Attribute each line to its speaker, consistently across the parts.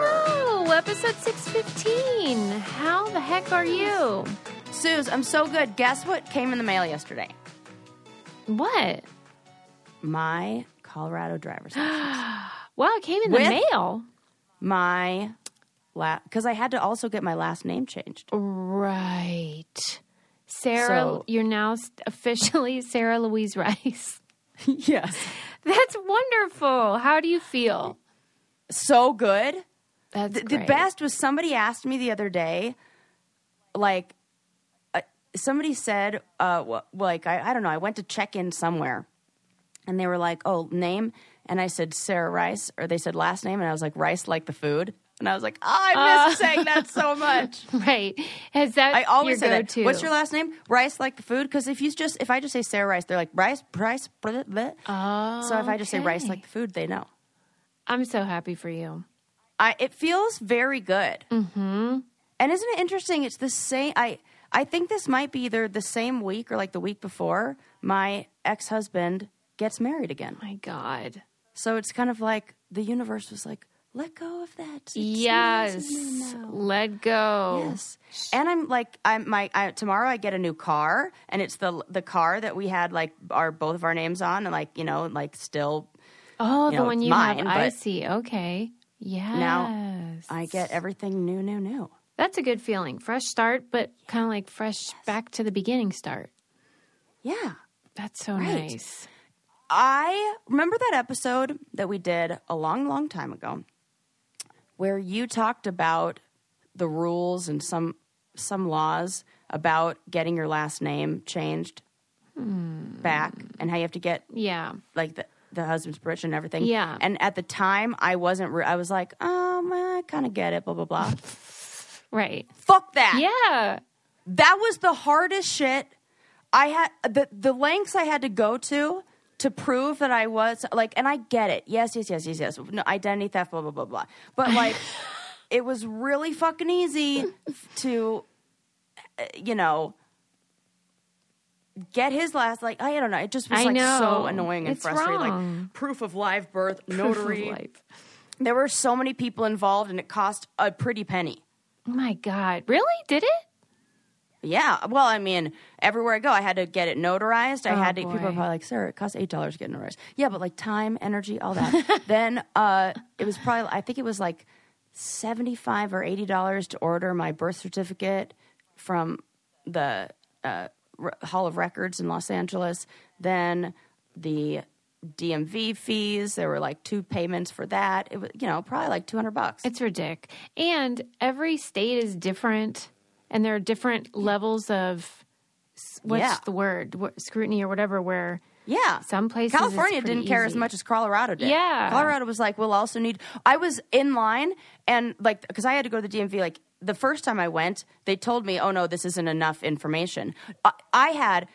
Speaker 1: Hello, episode 615. How the heck are you?
Speaker 2: Suze, I'm so good. Guess what came in the mail yesterday?
Speaker 1: What?
Speaker 2: My Colorado driver's license.
Speaker 1: Wow, it came in the
Speaker 2: With-
Speaker 1: mail.
Speaker 2: my la because I had to also get my last name changed.
Speaker 1: Right. Sarah,
Speaker 2: So-
Speaker 1: you're now s- officially Sarah Louise Rice.
Speaker 2: Yes.
Speaker 1: That's wonderful. How do you feel?
Speaker 2: So good.
Speaker 1: That's
Speaker 2: Th- The
Speaker 1: great.
Speaker 2: best was somebody asked me the other day, like, uh, somebody said, uh, wh- like, I, I don't know, I went to check in somewhere and they were like, oh, name. And I said, Sarah Rice. Or they said last name. And I was like, Rice like the food. And I was like, oh,
Speaker 1: Uh.
Speaker 2: I miss saying that so much.
Speaker 1: Right. Is that
Speaker 2: I always
Speaker 1: your
Speaker 2: say
Speaker 1: go-to?
Speaker 2: that. What's your last name? Rice like the food? Because if you just if I just say Sarah Rice, they're like Rice, Rice, blah, blah.
Speaker 1: Oh,
Speaker 2: so if I just say Rice
Speaker 1: okay.
Speaker 2: like the food, they know.
Speaker 1: I'm so happy for you.
Speaker 2: I it feels very good. Mm-hmm. And isn't it interesting? It's the same. I I think this might be either the same week or like the week before my ex husband gets married again.
Speaker 1: My God.
Speaker 2: So it's kind of like the universe was like, let go of that. It's nice
Speaker 1: Yes. Oh.
Speaker 2: in you now."
Speaker 1: Let go.
Speaker 2: Yes. And I'm like I'm my I, tomorrow I get a new car and it's the the car that we had like our both of our names on and like you know like still
Speaker 1: Oh,
Speaker 2: you
Speaker 1: the
Speaker 2: know,
Speaker 1: one
Speaker 2: it's
Speaker 1: you
Speaker 2: mine,
Speaker 1: have. I
Speaker 2: but-
Speaker 1: see. Okay. Yes.
Speaker 2: I get everything new new new.
Speaker 1: That's a good feeling. Fresh start, but kind of like fresh back to the beginning start.
Speaker 2: Yeah.
Speaker 1: That's so
Speaker 2: Right.
Speaker 1: nice.
Speaker 2: I remember that episode that we did a long long time ago where you talked about the rules and some some laws about getting your last name changed
Speaker 1: Hmm.
Speaker 2: back and how you have to get
Speaker 1: Yeah.
Speaker 2: like the the husband's permission and everything.
Speaker 1: Yeah.
Speaker 2: And at the time, I wasn't. Re- I was like, um, I kind of get it. Blah blah blah.
Speaker 1: Right.
Speaker 2: Fuck that.
Speaker 1: Yeah.
Speaker 2: That was the hardest shit. I had the the lengths I had to go to to prove that I was like, and I get it. Yes, yes, yes, yes, yes. No, identity theft. Blah blah blah blah. But like, it was really fucking easy to, uh, you know. Get his last like I don't know. It just was
Speaker 1: I
Speaker 2: like
Speaker 1: know.
Speaker 2: so annoying and
Speaker 1: It's
Speaker 2: frustrating.
Speaker 1: wrong.
Speaker 2: Like proof of live birth,
Speaker 1: Proof of
Speaker 2: notary,
Speaker 1: life.
Speaker 2: there were so many people involved and it cost a pretty penny.
Speaker 1: Oh my God. Really? Did it?
Speaker 2: Yeah. Well, I mean, everywhere I go, I had to get it notarized. I
Speaker 1: Oh,
Speaker 2: had to, people
Speaker 1: boy.
Speaker 2: are probably like, sir, it costs $8 to get notarized. Yeah, but like time, energy, all that. then uh, it was probably, I think it was like 75 or $80 to order my birth certificate from the uh, Re- Hall of Records in Los Angeles. Then the DMV fees, there were like two payments for that. It was, you know, probably like 200 bucks.
Speaker 1: It's ridiculous. And every state is different, and there are different levels of s- what's
Speaker 2: Yeah.
Speaker 1: the word? What, scrutiny or whatever, where.
Speaker 2: Yeah.
Speaker 1: Some places it's
Speaker 2: California
Speaker 1: pretty
Speaker 2: didn't care as
Speaker 1: easy.
Speaker 2: much as Colorado did.
Speaker 1: Yeah.
Speaker 2: Colorado was like, we'll also need. I was in line and like, because I had to go to the DMV, like, the first time I went, they told me, oh no, this isn't enough information. I, I had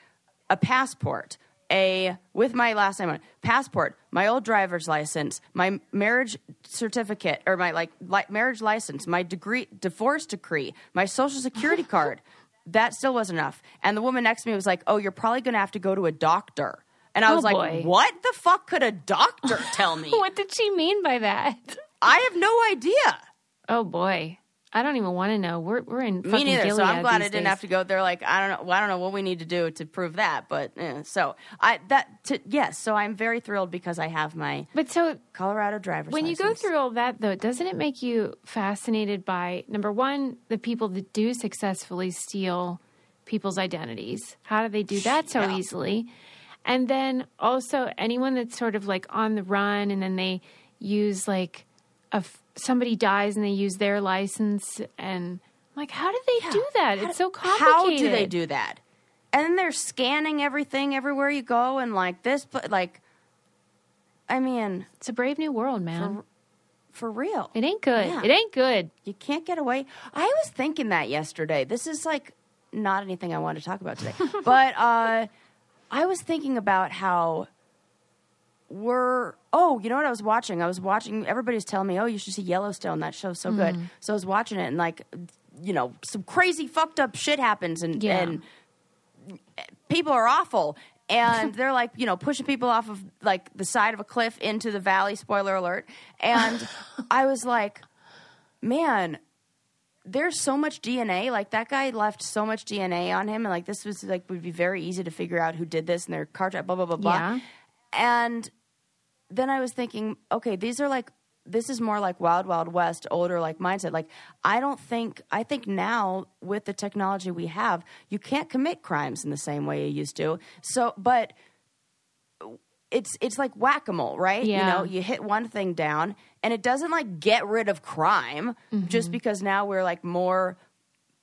Speaker 2: a passport, a, with my last name on it, passport, my old driver's license, my marriage certificate, or my like li- marriage license, my degree, divorce decree, my social security card. That still wasn't enough. And the woman next to me was like, oh, you're probably going to have to go to a doctor. And I
Speaker 1: Oh,
Speaker 2: was like,
Speaker 1: boy.
Speaker 2: what the fuck could a doctor tell me?
Speaker 1: What did she mean by that?
Speaker 2: I have no idea.
Speaker 1: Oh boy. I don't even want to know. We're, we're in
Speaker 2: Me
Speaker 1: fucking
Speaker 2: neither.
Speaker 1: Gilead
Speaker 2: so I'm glad I
Speaker 1: these
Speaker 2: didn't
Speaker 1: days.
Speaker 2: have to go. They're like, I don't know. Well, I don't know what we need to do to prove that. But eh. so I that to, yes. So I'm very thrilled because I have my
Speaker 1: But so
Speaker 2: Colorado driver's.
Speaker 1: when you go
Speaker 2: license.
Speaker 1: through all that though doesn't it make you fascinated by number one the people that do successfully steal people's identities how do they do that so easily and then also anyone that's sort of like on the run and then they use like a f- somebody dies and they use their license and I'm like how do they do that it's so complicated
Speaker 2: How do they do that? And then they're scanning everything everywhere you go, and like this, but like, I mean,
Speaker 1: it's a brave new world man
Speaker 2: for real,
Speaker 1: it ain't good
Speaker 2: Yeah.
Speaker 1: it ain't good
Speaker 2: you can't get away. I was thinking that yesterday. This is like not anything I want to talk about today, but uh, I was thinking about how we're. Oh, you know what I was watching? I was watching. Everybody's telling me, "Oh, you should see Yellowstone. That show's so good." So I was watching it, and like, you know, some crazy fucked up shit happens, and
Speaker 1: Yeah.
Speaker 2: and people are awful and they're like you know pushing people off of like the side of a cliff into the valley spoiler alert and i was like man, there's so much DNA. Like that guy left so much DNA on him, and like this was like would be very easy to figure out who did this and their car drive, blah blah blah blah.
Speaker 1: Yeah.
Speaker 2: And then I was thinking, okay, these are like this is more like wild wild west older like mindset. Like I don't think I think now with the technology we have, you can't commit crimes in the same way you used to. So, but it's it's like whack a mole, right?
Speaker 1: Yeah.
Speaker 2: You know, you hit one thing down, and it doesn't like get rid of crime just because now we're like more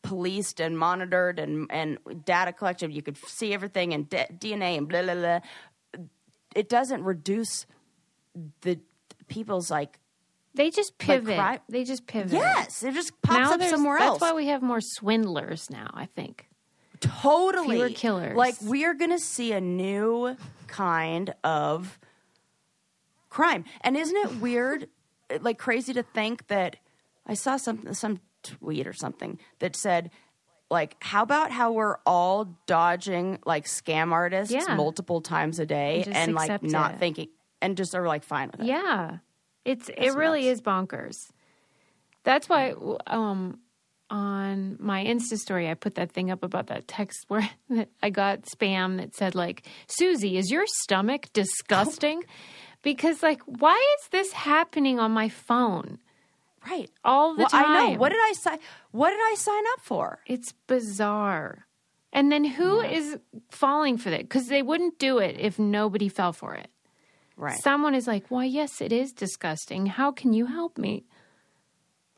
Speaker 2: policed and monitored and and data collection. You could see everything and d- DNA and blah blah blah. It doesn't reduce the people's like
Speaker 1: They just pivot.
Speaker 2: cri-
Speaker 1: they just pivot.
Speaker 2: yes, it just pops
Speaker 1: now
Speaker 2: up
Speaker 1: there's-
Speaker 2: somewhere else.
Speaker 1: That's why we have more swindlers now, I think.
Speaker 2: totally
Speaker 1: Fewer killers.
Speaker 2: Like we are going to see a new kind of crime. And isn't it weird, like crazy to think that I saw some some tweet or something that said like how about how we're all dodging like scam artists
Speaker 1: Yeah.
Speaker 2: multiple times a day
Speaker 1: And just
Speaker 2: and, like
Speaker 1: accept
Speaker 2: not
Speaker 1: it.
Speaker 2: thinking and just are like fine with it.
Speaker 1: Yeah. It's it really is bonkers. That's why um on my Insta story I put that thing up about that text where that I got spam that said like, "Susie, is your stomach disgusting?" Because like, why is this happening on my phone
Speaker 2: Right.
Speaker 1: all the
Speaker 2: Well,
Speaker 1: time?
Speaker 2: I know. What did I sign what did I sign up for?
Speaker 1: It's bizarre. And then who is falling for that? Because they wouldn't do it if nobody fell for it.
Speaker 2: Right.
Speaker 1: Someone is like, why, yes, it is disgusting. How can you help me?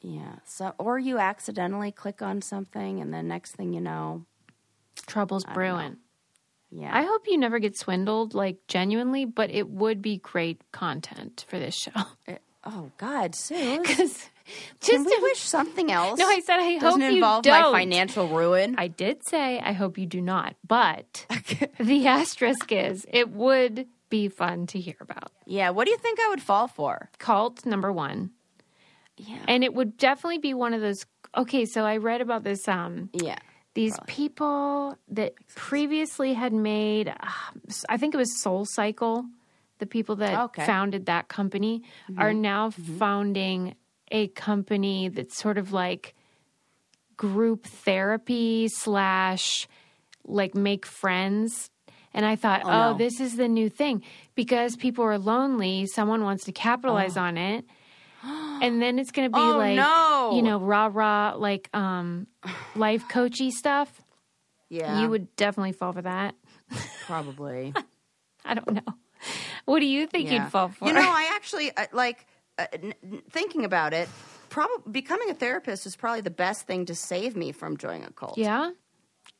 Speaker 2: Yeah. So, or you accidentally click on something, and the next thing you know,
Speaker 1: Trouble's brewing.
Speaker 2: yeah.
Speaker 1: I hope you never get swindled, like genuinely, but it would be great content for this show.
Speaker 2: oh God, Sue.
Speaker 1: Because
Speaker 2: Can
Speaker 1: just
Speaker 2: we wish something else?
Speaker 1: No, I said I
Speaker 2: doesn't
Speaker 1: hope you
Speaker 2: involve
Speaker 1: don't.
Speaker 2: my financial ruin.
Speaker 1: I did say I hope you do not, but the asterisk is it would be fun to hear about.
Speaker 2: yeah. What do you think I would fall for?
Speaker 1: Cult number one.
Speaker 2: Yeah.
Speaker 1: and it would definitely be one of those okay so i read about this um
Speaker 2: Yeah.
Speaker 1: these people that previously had made ah, i think it was soul cycle the people that
Speaker 2: Oh, Okay. Mm-hmm.
Speaker 1: founded that company are now founding a company that's sort of like group therapy slash like make friends and i thought oh,
Speaker 2: no.
Speaker 1: this is the new thing because people are lonely someone wants to capitalize on it and then it's going to be
Speaker 2: Oh,
Speaker 1: like
Speaker 2: no.
Speaker 1: you know rah rah like um life coachy stuff
Speaker 2: Yeah.
Speaker 1: you would definitely fall for that
Speaker 2: probably.
Speaker 1: i don't know what do you think
Speaker 2: Yeah.
Speaker 1: you'd fall for
Speaker 2: You know, I actually uh, like uh, n- n- thinking about it. Probably becoming a therapist is probably the best thing to save me from joining a cult.
Speaker 1: yeah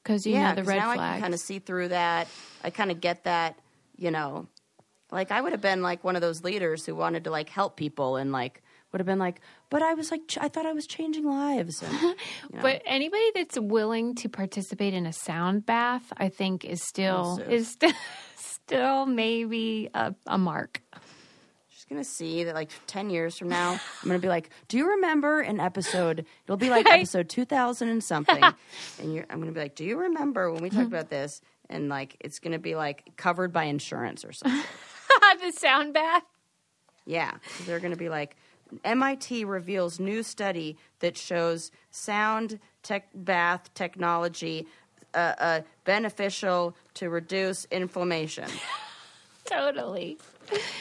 Speaker 1: because you
Speaker 2: yeah,
Speaker 1: know the
Speaker 2: 'cause
Speaker 1: red
Speaker 2: now I
Speaker 1: flag
Speaker 2: can kind of see through that. I kind of get that, you know. Like I would have been like one of those leaders who wanted to like help people and like would have been like, but I was like, ch- I thought I was changing lives. And,
Speaker 1: But anybody that's willing to participate in a sound bath, I think, is still
Speaker 2: Also.
Speaker 1: is still, still maybe a, a mark.
Speaker 2: She's gonna see that like ten years from now, I'm gonna be like, do you remember an episode? It'll be like episode two thousand and something, and you're, I'm gonna be like, do you remember when we
Speaker 1: Mm-hmm.
Speaker 2: talked about this? And like, it's gonna be like covered by insurance or something.
Speaker 1: the sound bath.
Speaker 2: Yeah, 'cause they're going to be like MIT reveals new study that shows sound tech bath technology uh, uh, beneficial to reduce inflammation.
Speaker 1: Totally.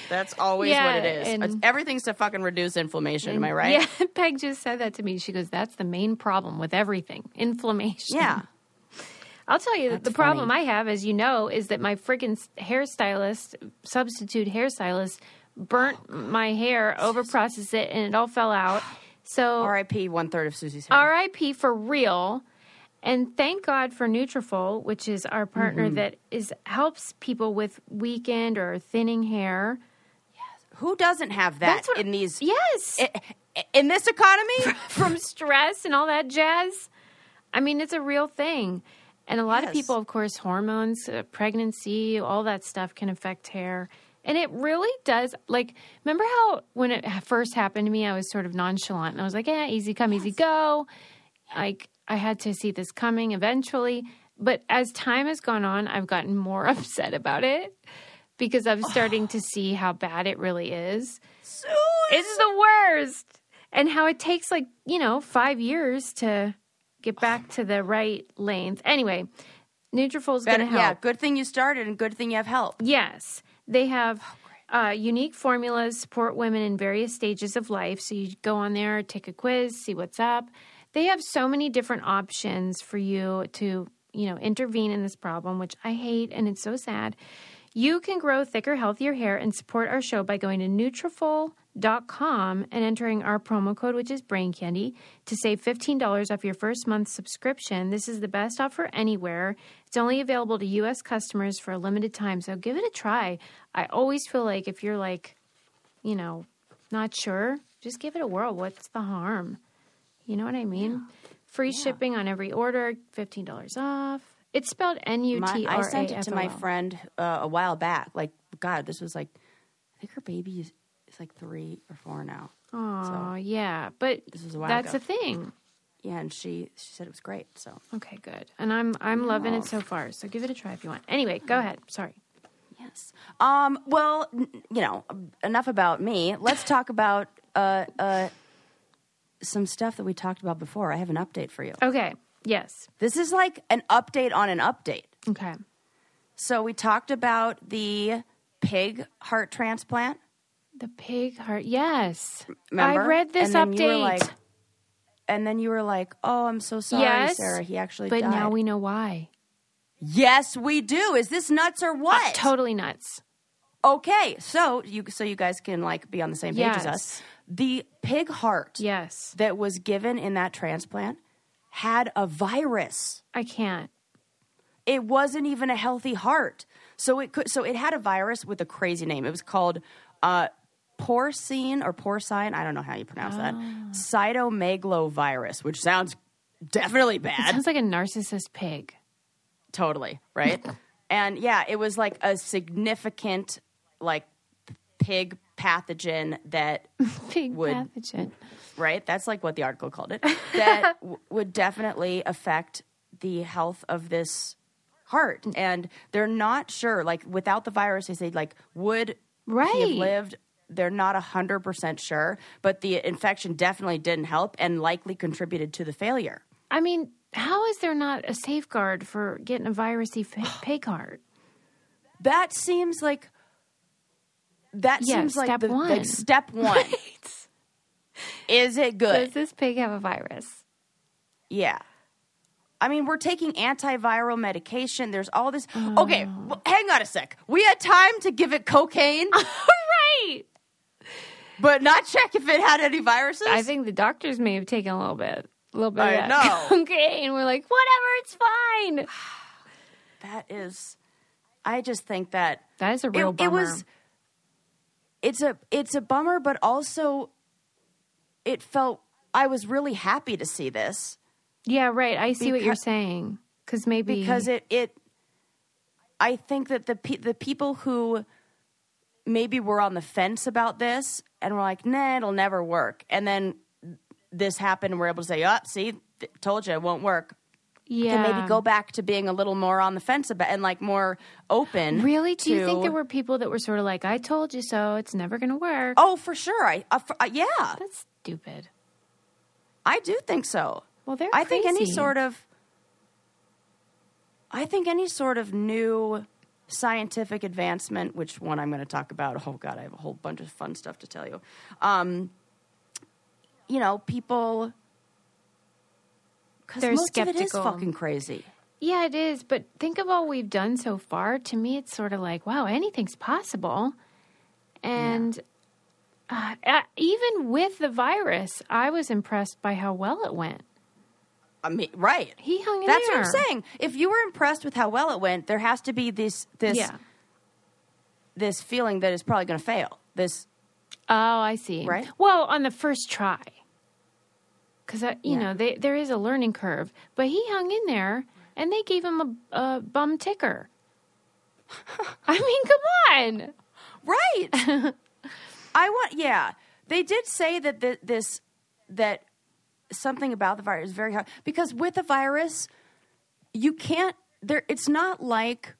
Speaker 2: That's always
Speaker 1: Yeah,
Speaker 2: what it is.
Speaker 1: and-
Speaker 2: It's- Everything's to fucking reduce inflammation. am I right?
Speaker 1: Yeah, Peg just said that to me. She goes, "That's the main problem with everything: inflammation."
Speaker 2: Yeah.
Speaker 1: I'll tell you, that the problem I have, as you know, is that my friggin' s- hairstylist, substitute hairstylist, burnt
Speaker 2: Oh,
Speaker 1: my hair, over processed it, and it all fell out. So
Speaker 2: R.I.P. One third of Susie's hair.
Speaker 1: RIP for real. And thank God for Nutrafol, which is our partner
Speaker 2: Mm-hmm.
Speaker 1: that is helps people with weakened or thinning hair.
Speaker 2: Who doesn't have that
Speaker 1: That's what-
Speaker 2: in these?
Speaker 1: Yes,
Speaker 2: i- In this economy,
Speaker 1: from stress and all that jazz. I mean, it's a real thing. And a lot of
Speaker 2: Yes.
Speaker 1: people, of course, hormones, uh, pregnancy, all that stuff can affect hair. And it really does. Like, remember how when it first happened to me, I was sort of nonchalant and I was like, yeah, easy come, easy go. like I had to see this coming eventually. But as time has gone on, I've gotten more upset about it because I'm starting to see how bad it really is.
Speaker 2: Susie.
Speaker 1: It's the worst. and how it takes like you know five years to get back to the right lanes. Anyway, Nutrafol is going to
Speaker 2: Better- yeah,
Speaker 1: help.
Speaker 2: good thing you started and good thing you have help.
Speaker 1: Yes, they have
Speaker 2: Oh,
Speaker 1: uh, unique formulas support women in various stages of life. So you go on there, take a quiz, see what's up. They have so many different options for you to, you know, intervene in this problem, which I hate and it's so sad. You can grow thicker, healthier hair and support our show by going to Nutrafol.com and entering our promo code, which is Brain Candy, to save $15 off your first month's subscription. This is the best offer anywhere. It's only available to U.S. customers for a limited time, so give it a try. I always feel like if you're like, you know, not sure, just give it a whirl. What's the harm? You know what I mean? Free shipping on every order, $15 off. It's spelled N U
Speaker 2: My,
Speaker 1: T R A F O L.
Speaker 2: I sent it to my friend uh, a while back. Like, God, this was like, I think her baby is, is like three or four now.
Speaker 1: Oh, yeah. But
Speaker 2: was a while
Speaker 1: that's
Speaker 2: ago.
Speaker 1: a thing.
Speaker 2: Yeah, and she she said it was great. So
Speaker 1: Okay, good. And I'm I'm loving it so far. So give it a try if you want. Anyway, go ahead. Sorry.
Speaker 2: yes. Um. Well, n- you know, enough about me. Let's talk about uh uh some stuff that we talked about before. I have an update for you.
Speaker 1: Okay. Yes.
Speaker 2: This is like an update on an update.
Speaker 1: Okay.
Speaker 2: So we talked about the pig heart transplant.
Speaker 1: The pig heart. Yes.
Speaker 2: Remember?
Speaker 1: I read this
Speaker 2: And
Speaker 1: update.
Speaker 2: then you were like- and then you were like, "Oh, I'm so sorry,
Speaker 1: Yes,
Speaker 2: Sarah. He actually
Speaker 1: but
Speaker 2: died."
Speaker 1: now we know why.
Speaker 2: yes, we do. Is this nuts or what?
Speaker 1: Totally nuts.
Speaker 2: okay, so you so you guys can like be on the same page as
Speaker 1: Yes.
Speaker 2: us. The pig heart
Speaker 1: Yes.
Speaker 2: that was given in that transplant had a virus.
Speaker 1: I can't.
Speaker 2: It wasn't even a healthy heart. So it could so it had a virus with a crazy name. It was called uh porcine or porcine, I don't know how you pronounce that. Cytomegalovirus, which sounds definitely bad.
Speaker 1: Sounds like a narcissist pig.
Speaker 2: totally, right? and yeah, it was like a significant like pig pathogen that
Speaker 1: Pig
Speaker 2: Would-
Speaker 1: pathogen.
Speaker 2: right? That's like what the article called it. That w- would definitely affect the health of this heart. And they're not sure. Like without the virus, they say like would he
Speaker 1: Right.
Speaker 2: have lived? They're not hundred percent sure, but the infection definitely didn't help and likely contributed to the failure.
Speaker 1: I mean, how is there not a safeguard for getting a virusy f- pig heart?
Speaker 2: That seems like that
Speaker 1: Yeah,
Speaker 2: seems like
Speaker 1: step
Speaker 2: the like,
Speaker 1: one.
Speaker 2: step one. Is it good?
Speaker 1: Does this pig have a virus?
Speaker 2: Yeah. I mean, we're taking antiviral medication. There's all this.
Speaker 1: Mm.
Speaker 2: Okay, well, hang on a sec. We had time to give it cocaine,
Speaker 1: Uh. right.
Speaker 2: but not check if it had any viruses.
Speaker 1: I think the doctors may have taken a little bit. A little bit
Speaker 2: I
Speaker 1: of that.
Speaker 2: know.
Speaker 1: okay. And we're like, whatever, it's fine.
Speaker 2: that is, I just think that
Speaker 1: That is a
Speaker 2: it,
Speaker 1: real
Speaker 2: it
Speaker 1: bummer.
Speaker 2: was. It's a it's a bummer, but also, it felt I was really happy to see this
Speaker 1: yeah, right. I see what you're
Speaker 2: Because-
Speaker 1: saying. Because maybe.
Speaker 2: because it it I think that the pe- the people who maybe were on the fence about this and were like, "Nah, it'll never work," and then this happened, and we're able to say, "Up, see, th- told you, it won't work."
Speaker 1: yeah.
Speaker 2: Can maybe go back to being a little more on the fence about and like more open.
Speaker 1: Really? Do you think
Speaker 2: to-
Speaker 1: there were people that were sort of like, I told you so, it's never going to work?
Speaker 2: Oh, for sure. I, uh, for, uh, yeah,
Speaker 1: That's stupid.
Speaker 2: I do think so.
Speaker 1: Well, they're
Speaker 2: I think any
Speaker 1: crazy.
Speaker 2: sort of I think any sort of new scientific advancement, which one I'm going to talk about. Oh God, I have a whole bunch of fun stuff to tell you. Um, you know, people because
Speaker 1: They're
Speaker 2: most of it is
Speaker 1: skeptical.
Speaker 2: fucking crazy.
Speaker 1: Yeah, it is. But think of all we've done so far. To me, it's sort of like, wow, anything's possible. And uh, uh, even with the virus, I was impressed by how well it went.
Speaker 2: I mean, right?
Speaker 1: He hung in
Speaker 2: That's
Speaker 1: there.
Speaker 2: what I'm saying. If you were impressed with how well it went, there has to be this this
Speaker 1: Yeah.
Speaker 2: this feeling that it's probably going to fail. This
Speaker 1: Oh, I see.
Speaker 2: Right?
Speaker 1: Well, on the first try. Because, you
Speaker 2: Yeah.
Speaker 1: know, they, there is a learning curve. But he hung in there and they gave him a, a bum ticker. I mean, come on.
Speaker 2: Right. I want. Yeah, they did say that the, this that something about the virus is very hard because with a virus, you can't. There, it's not like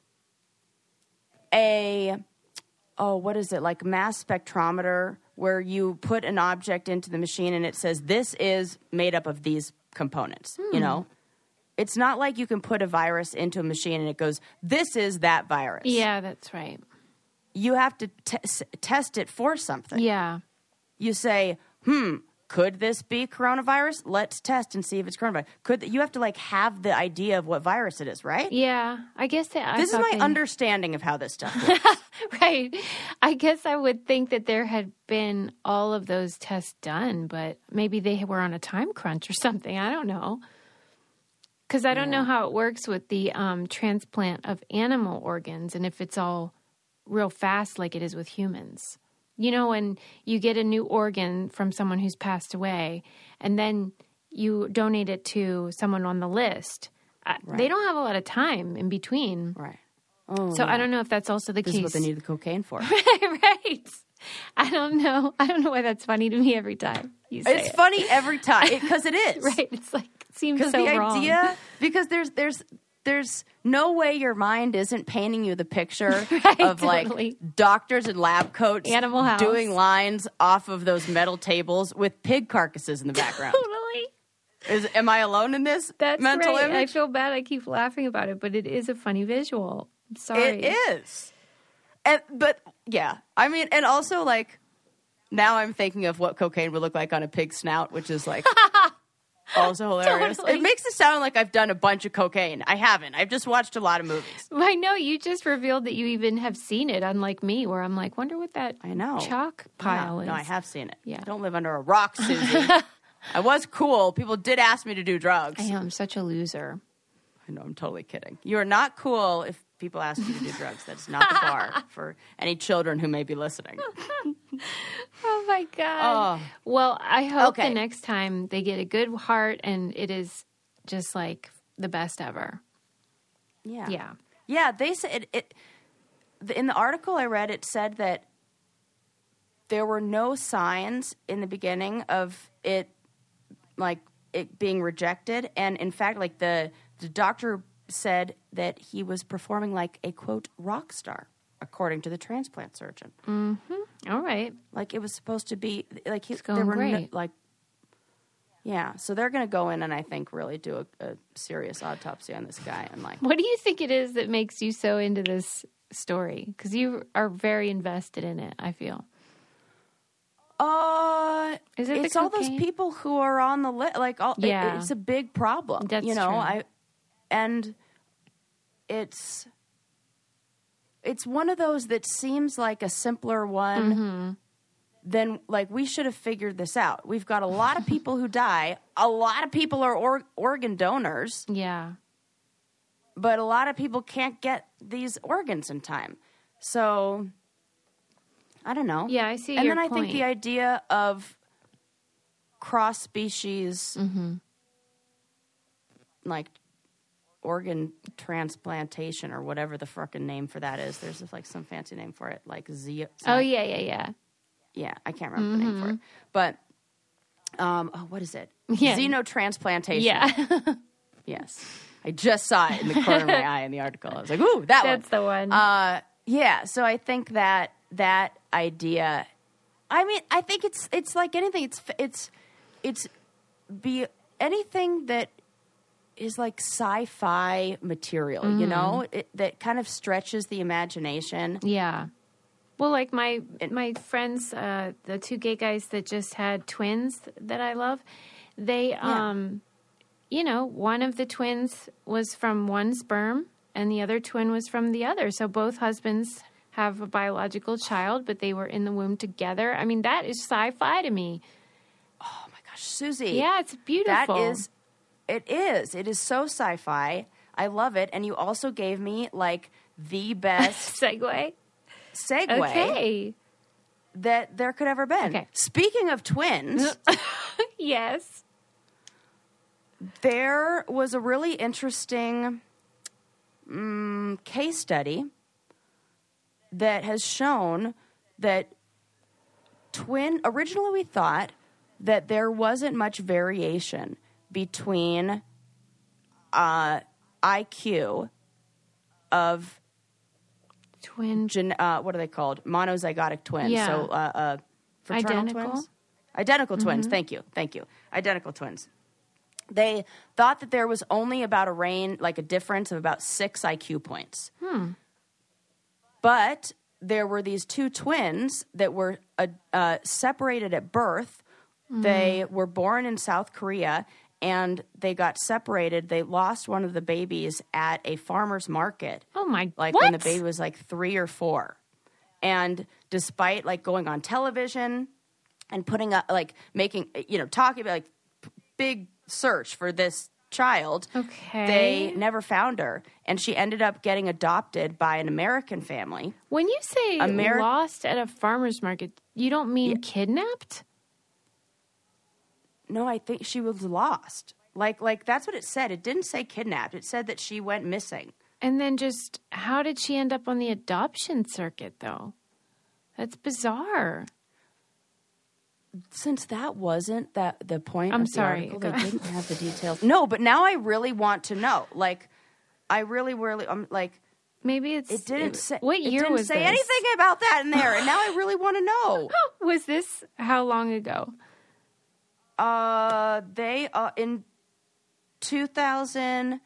Speaker 2: a oh, what is it like mass spectrometer where you put an object into the machine and it says this is made up of these components. You know, it's not like you can put a virus into a machine and it goes this is that virus.
Speaker 1: Yeah, that's right.
Speaker 2: You have to t- s- test it for something.
Speaker 1: Yeah.
Speaker 2: You say, hmm. Could this be coronavirus? Let's test and see if it's coronavirus. Could you have to like have the idea of what virus it is, right?
Speaker 1: Yeah. I guess that I
Speaker 2: this is
Speaker 1: thought
Speaker 2: my
Speaker 1: they-
Speaker 2: understanding of how this stuff works.
Speaker 1: right. I guess I would think that there had been all of those tests done, but maybe they were on a time crunch or something. I don't know. Because I don't know how it works with the um, transplant of animal organs and if it's all real fast like it is with humans. You know, when you get a new organ from someone who's passed away and then you donate it to someone on the list, uh, they don't have a lot of time in between.
Speaker 2: right.
Speaker 1: So I don't know if that's also the
Speaker 2: Oh. This
Speaker 1: case.
Speaker 2: is what they need the cocaine for.
Speaker 1: right. I don't know. I don't know why that's funny to me every time you say
Speaker 2: It's
Speaker 1: it.
Speaker 2: funny every time because it is
Speaker 1: Right. It's like it seems
Speaker 2: Because
Speaker 1: so
Speaker 2: the
Speaker 1: wrong.
Speaker 2: idea because there's there's there's no way your mind isn't painting you the picture
Speaker 1: Right,
Speaker 2: of like
Speaker 1: totally.
Speaker 2: doctors in lab coats
Speaker 1: Animal House.
Speaker 2: doing lines off of those metal tables with pig carcasses in the background.
Speaker 1: Totally.
Speaker 2: is am I alone in this
Speaker 1: That's
Speaker 2: mental
Speaker 1: right. I
Speaker 2: image?
Speaker 1: feel bad. I keep laughing about it, but it is a funny visual. I'm sorry.
Speaker 2: It is. And but yeah, I mean, and also like now I'm thinking of what cocaine would look like on a pig snout, which is like also hilarious.
Speaker 1: Totally.
Speaker 2: It makes it sound like I've done a bunch of cocaine. I haven't. I've just watched a lot of movies.
Speaker 1: I know you just revealed that you even have seen it, unlike me, where I'm like, wonder what that
Speaker 2: I know.
Speaker 1: chalk
Speaker 2: Yeah.
Speaker 1: pile is.
Speaker 2: No, I have seen it.
Speaker 1: Yeah.
Speaker 2: Don't live under a rock, Susie. I was cool. People did ask me to do drugs.
Speaker 1: I know, I'm such a loser.
Speaker 2: I know I'm totally kidding. You are not cool if people ask you to do drugs. That's not the bar for any children who may be listening.
Speaker 1: Oh my god.
Speaker 2: Oh.
Speaker 1: Well, I hope
Speaker 2: Okay.
Speaker 1: the next time they get a good heart and it is just like the best ever.
Speaker 2: Yeah.
Speaker 1: Yeah.
Speaker 2: Yeah, they said it, it. the- In the article I read, it said that there were no signs in the beginning of it, like it being rejected, and in fact, like the the doctor said that he was performing like a quote rock star, according to the transplant surgeon.
Speaker 1: All right.
Speaker 2: Like it was supposed to be like he,
Speaker 1: going
Speaker 2: there were no,
Speaker 1: great.
Speaker 2: like. Yeah, so they're going to go in and I think really do a, a serious autopsy on this guy and like
Speaker 1: What do you think it is that makes you so into this story? Because you are very invested in it, I feel.
Speaker 2: Uh,
Speaker 1: Is it the
Speaker 2: it's all those
Speaker 1: cocaine?
Speaker 2: people who are on the list. Like, all, it-
Speaker 1: Yeah.
Speaker 2: it's a big problem.
Speaker 1: That's
Speaker 2: you know,
Speaker 1: true.
Speaker 2: I and it's it's one of those that seems like a simpler one
Speaker 1: Mm-hmm.
Speaker 2: than like we should have figured this out. We've got a lot of people who die. A lot of people are or- organ donors
Speaker 1: Yeah.
Speaker 2: but a lot of people can't get these organs in time. So I don't know.
Speaker 1: Yeah, I see
Speaker 2: And
Speaker 1: your
Speaker 2: then I think
Speaker 1: point.
Speaker 2: the idea of cross species
Speaker 1: Mm-hmm.
Speaker 2: like organ transplantation or whatever the fucking name for that is. There's like some fancy name for it, like Z.
Speaker 1: Oh, yeah, yeah, yeah.
Speaker 2: Yeah, I can't remember the name for it. But um, oh, what is it?
Speaker 1: Yeah.
Speaker 2: Xenotransplantation.
Speaker 1: Yeah.
Speaker 2: Yes. I just saw it in the corner of my eye in the article. I was like, ooh, that
Speaker 1: That's
Speaker 2: one.
Speaker 1: the one.
Speaker 2: Uh, yeah. So I think that that idea. I mean, I think it's it's like anything. It's it's it's be anything that is like sci-fi material. You
Speaker 1: Mm-hmm.
Speaker 2: know, it, that kind of stretches the imagination. Oh
Speaker 1: yeah. Well, like my my friends, uh, the two gay guys that just had twins that I love, they um you know, one of the twins was from one sperm and the other twin was from the other. So both husbands have a biological child, but they were in the womb together. I mean, that is sci-fi to me.
Speaker 2: Oh my gosh, Susie.
Speaker 1: Yeah, it's
Speaker 2: That
Speaker 1: beautiful.
Speaker 2: is, it is. It is so sci-fi. I love it. And you also gave me like the best
Speaker 1: segue.
Speaker 2: segue.
Speaker 1: Okay.
Speaker 2: that there could ever been.
Speaker 1: Okay.
Speaker 2: Speaking of twins,
Speaker 1: Yes.
Speaker 2: there was a really interesting mm, case study that has shown that twin originally we thought that there wasn't much variation between uh, IQ of
Speaker 1: Twin.
Speaker 2: gen- uh, what are they called? Monozygotic twins.
Speaker 1: Yeah.
Speaker 2: So uh, uh, fraternal
Speaker 1: Identical? Mm-hmm.
Speaker 2: twins. Identical twins. Thank you. Thank you. Identical twins. They thought that there was only about a range, like a difference of about six IQ points.
Speaker 1: Hmm.
Speaker 2: But there were these two twins that were uh, uh, separated at birth.
Speaker 1: Mm-hmm.
Speaker 2: They were born in South Korea and they got separated. They lost one of the babies at a farmer's market
Speaker 1: Oh my!
Speaker 2: like
Speaker 1: what?
Speaker 2: when the baby was like three or four. And despite like going on television and putting up like making you know talking about like p- big search for this child,
Speaker 1: Okay.
Speaker 2: they never found her, and she ended up getting adopted by an American family.
Speaker 1: When you say
Speaker 2: Ameri-
Speaker 1: lost at a farmer's market, you don't mean kidnapped?
Speaker 2: No, I think she was lost. Like like that's what it said. It didn't say kidnapped. It said that she went missing.
Speaker 1: And then just how did she end up on the adoption circuit though? That's bizarre.
Speaker 2: since that wasn't that the point
Speaker 1: I'm
Speaker 2: of the
Speaker 1: sorry.
Speaker 2: article,
Speaker 1: Go-
Speaker 2: they didn't have the details no but now i really want to know like i really really i'm like
Speaker 1: Maybe it's
Speaker 2: it didn't say
Speaker 1: What
Speaker 2: it
Speaker 1: year
Speaker 2: didn't
Speaker 1: was
Speaker 2: say
Speaker 1: this?
Speaker 2: anything about that in there and now i really want to know
Speaker 1: Was this how long ago?
Speaker 2: uh they uh in 2000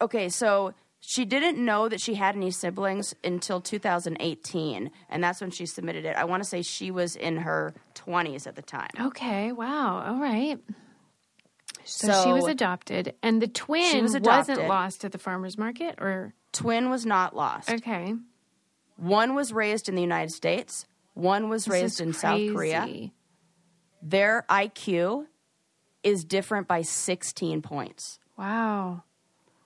Speaker 2: okay so she didn't know that she had any siblings until 2018 and that's when she submitted it i want to say she was in her 20s at the time
Speaker 1: Okay, wow. All right. So, she
Speaker 2: So-
Speaker 1: was adopted and the twin
Speaker 2: was
Speaker 1: not
Speaker 2: adopted.
Speaker 1: lost at the farmer's market or
Speaker 2: twin was not lost
Speaker 1: Okay.
Speaker 2: One was raised in the United States, one was
Speaker 1: This is
Speaker 2: raised in South Korea.
Speaker 1: crazy.
Speaker 2: Their IQ is different by 16 points.
Speaker 1: Wow.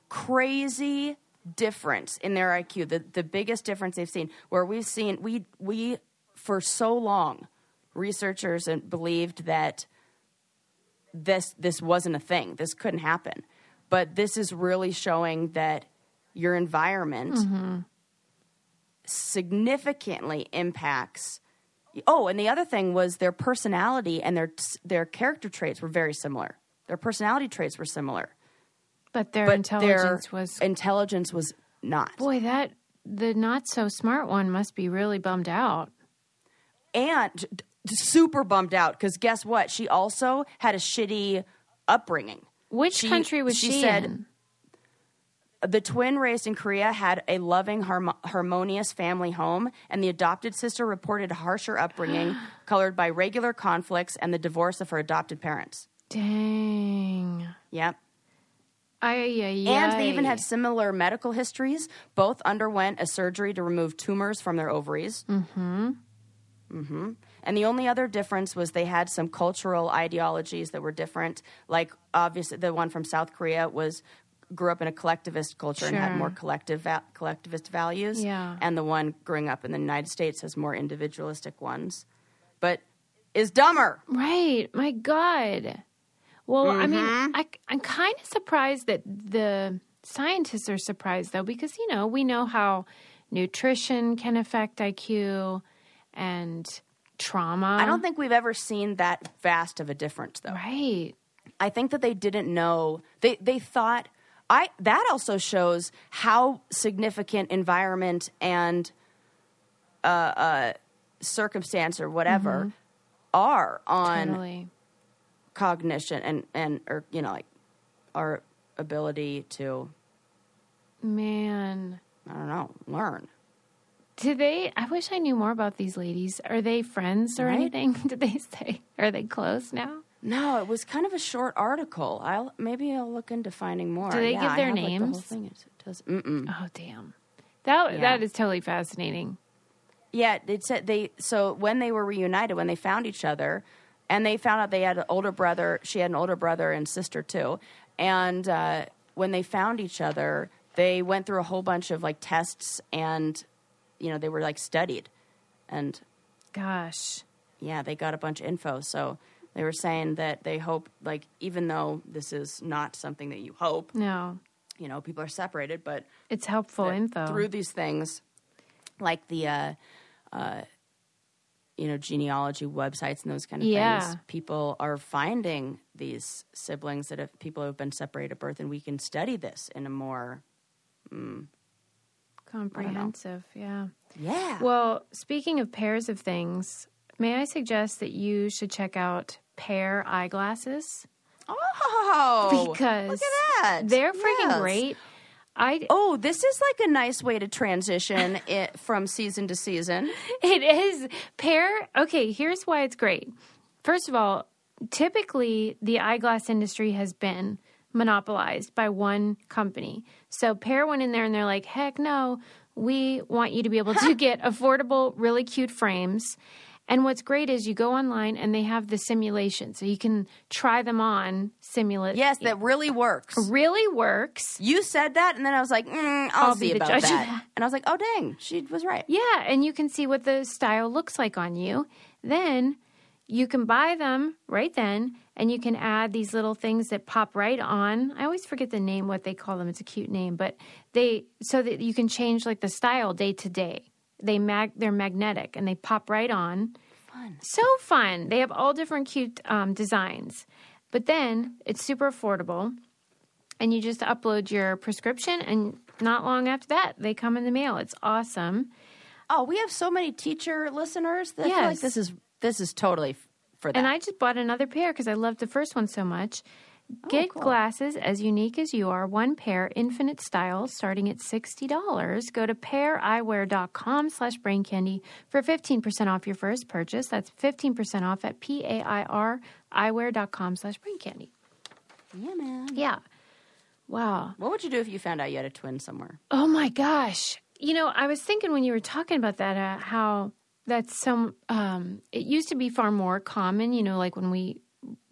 Speaker 2: Crazy difference in their IQ. The the biggest difference they've seen where we've seen we we for so long researchers and believed that this this wasn't a thing. This couldn't happen. But this is really showing that your environment significantly impacts. Oh, and the other thing was their personality and their their character traits were very similar. Their personality traits were similar,
Speaker 1: But their
Speaker 2: but
Speaker 1: intelligence
Speaker 2: their
Speaker 1: was
Speaker 2: intelligence was not.
Speaker 1: Boy, that the not so smart one must be really bummed out.
Speaker 2: and d- d- super bummed out because guess what? She also had a shitty upbringing.
Speaker 1: Which
Speaker 2: She-
Speaker 1: country was she,
Speaker 2: she said-
Speaker 1: in?
Speaker 2: The twin raised in Korea had a loving, harm- harmonious family home, and the adopted sister reported a harsher upbringing colored by regular conflicts and the divorce of her adopted parents.
Speaker 1: Dang.
Speaker 2: Yep.
Speaker 1: Ay, ay,
Speaker 2: And they
Speaker 1: ay.
Speaker 2: even had similar medical histories. Both underwent a surgery to remove tumors from their ovaries. Mm hmm. Mm hmm.
Speaker 1: Mm-hmm.
Speaker 2: And the only other difference was they had some cultural ideologies that were different. Like, obviously, the one from South Korea was grew up in a collectivist culture and had
Speaker 1: Sure.
Speaker 2: more collective va- collectivist values.
Speaker 1: Yeah.
Speaker 2: And the one growing up in the United States has more individualistic ones, but is dumber.
Speaker 1: Right. My God. Well, I
Speaker 2: Mm-hmm.
Speaker 1: mean, I, I'm kind of surprised that the scientists are surprised, though, because, you know, we know how nutrition can affect IQ and trauma.
Speaker 2: I don't think we've ever seen that vast of a difference, though.
Speaker 1: Right.
Speaker 2: I think that they didn't know. They they thought I that also shows how significant environment and uh, uh, circumstance or whatever are on
Speaker 1: Mm-hmm. Totally.
Speaker 2: cognition and and or you know like our ability to
Speaker 1: Man.
Speaker 2: I don't know learn.
Speaker 1: Do they? I wish I knew more about these ladies. Are they friends or
Speaker 2: Right?
Speaker 1: anything? Did they say? Are they close now?
Speaker 2: No, it was kind of a short article. I'll maybe I'll look into finding more.
Speaker 1: Do they
Speaker 2: Yeah,
Speaker 1: give
Speaker 2: I
Speaker 1: their
Speaker 2: have, like, the whole
Speaker 1: names?
Speaker 2: thing. It does. Mm-mm.
Speaker 1: Oh, damn. That
Speaker 2: Yeah.
Speaker 1: that is totally fascinating.
Speaker 2: Yeah, it said they. So when they were reunited, when they found each other, and they found out they had an older brother, she had an older brother and sister too. And uh, when they found each other, they went through a whole bunch of like tests, and you know they were like studied, and
Speaker 1: Gosh.
Speaker 2: yeah, they got a bunch of info. So they were saying that they hope, like, even though this is not something that you hope,
Speaker 1: No.
Speaker 2: you know, people are separated, but
Speaker 1: It's helpful
Speaker 2: that
Speaker 1: info.
Speaker 2: through these things, like the uh, uh, you know genealogy websites and those kind of
Speaker 1: Yeah.
Speaker 2: things. People are finding these siblings that have people who have been separated at birth, and we can study this in a more mm,
Speaker 1: Comprehensive, yeah.
Speaker 2: Yeah.
Speaker 1: Well, speaking of pairs of things, may I suggest that you should check out pair eyeglasses
Speaker 2: oh,
Speaker 1: because
Speaker 2: look at that.
Speaker 1: they're freaking
Speaker 2: Yes.
Speaker 1: great. I
Speaker 2: Oh, this is like a nice way to transition it from season to season.
Speaker 1: It is pair. Okay, here's why it's great. First of all, typically the eyeglass industry has been monopolized by one company. So pair went in there and they're like, heck no, we want you to be able to get affordable, really cute frames. And what's great is you go online and they have the simulation. So you can try them on, simulate.
Speaker 2: Yes, that really works.
Speaker 1: Really works.
Speaker 2: You said that, and then I was like, mm, I'll,
Speaker 1: I'll be
Speaker 2: see
Speaker 1: the
Speaker 2: about
Speaker 1: judge of
Speaker 2: that.
Speaker 1: that.
Speaker 2: And I was like, oh, dang, she was right.
Speaker 1: Yeah, and you can see what the style looks like on you. Then you can buy them right then, and you can add these little things that pop right on. I always forget the name, what they call them. It's a cute name, but they so that you can change like the style day to day. They mag they're magnetic and they pop right on. Fun, so fun. They have all different cute um, designs, but then it's super affordable and you just upload your prescription and not long after that they come in the mail it's awesome
Speaker 2: Oh, we have so many teacher listeners. That I feel like
Speaker 1: Yes.
Speaker 2: this is this is totally f- for that.
Speaker 1: and i just bought another pair because i loved the first one so much get glasses as unique as you are one pair infinite styles starting at $60 go to paireyewear.com slash brain candy for 15% off your first purchase that's 15% off at p-a-i-r eyewear.com slash brain candy
Speaker 2: yeah, man.
Speaker 1: yeah wow
Speaker 2: What would you do if you found out you had a twin somewhere?
Speaker 1: Oh my gosh. You know, I was thinking when you were talking about that, uh, how that's some, um, it used to be far more common, you know, like when we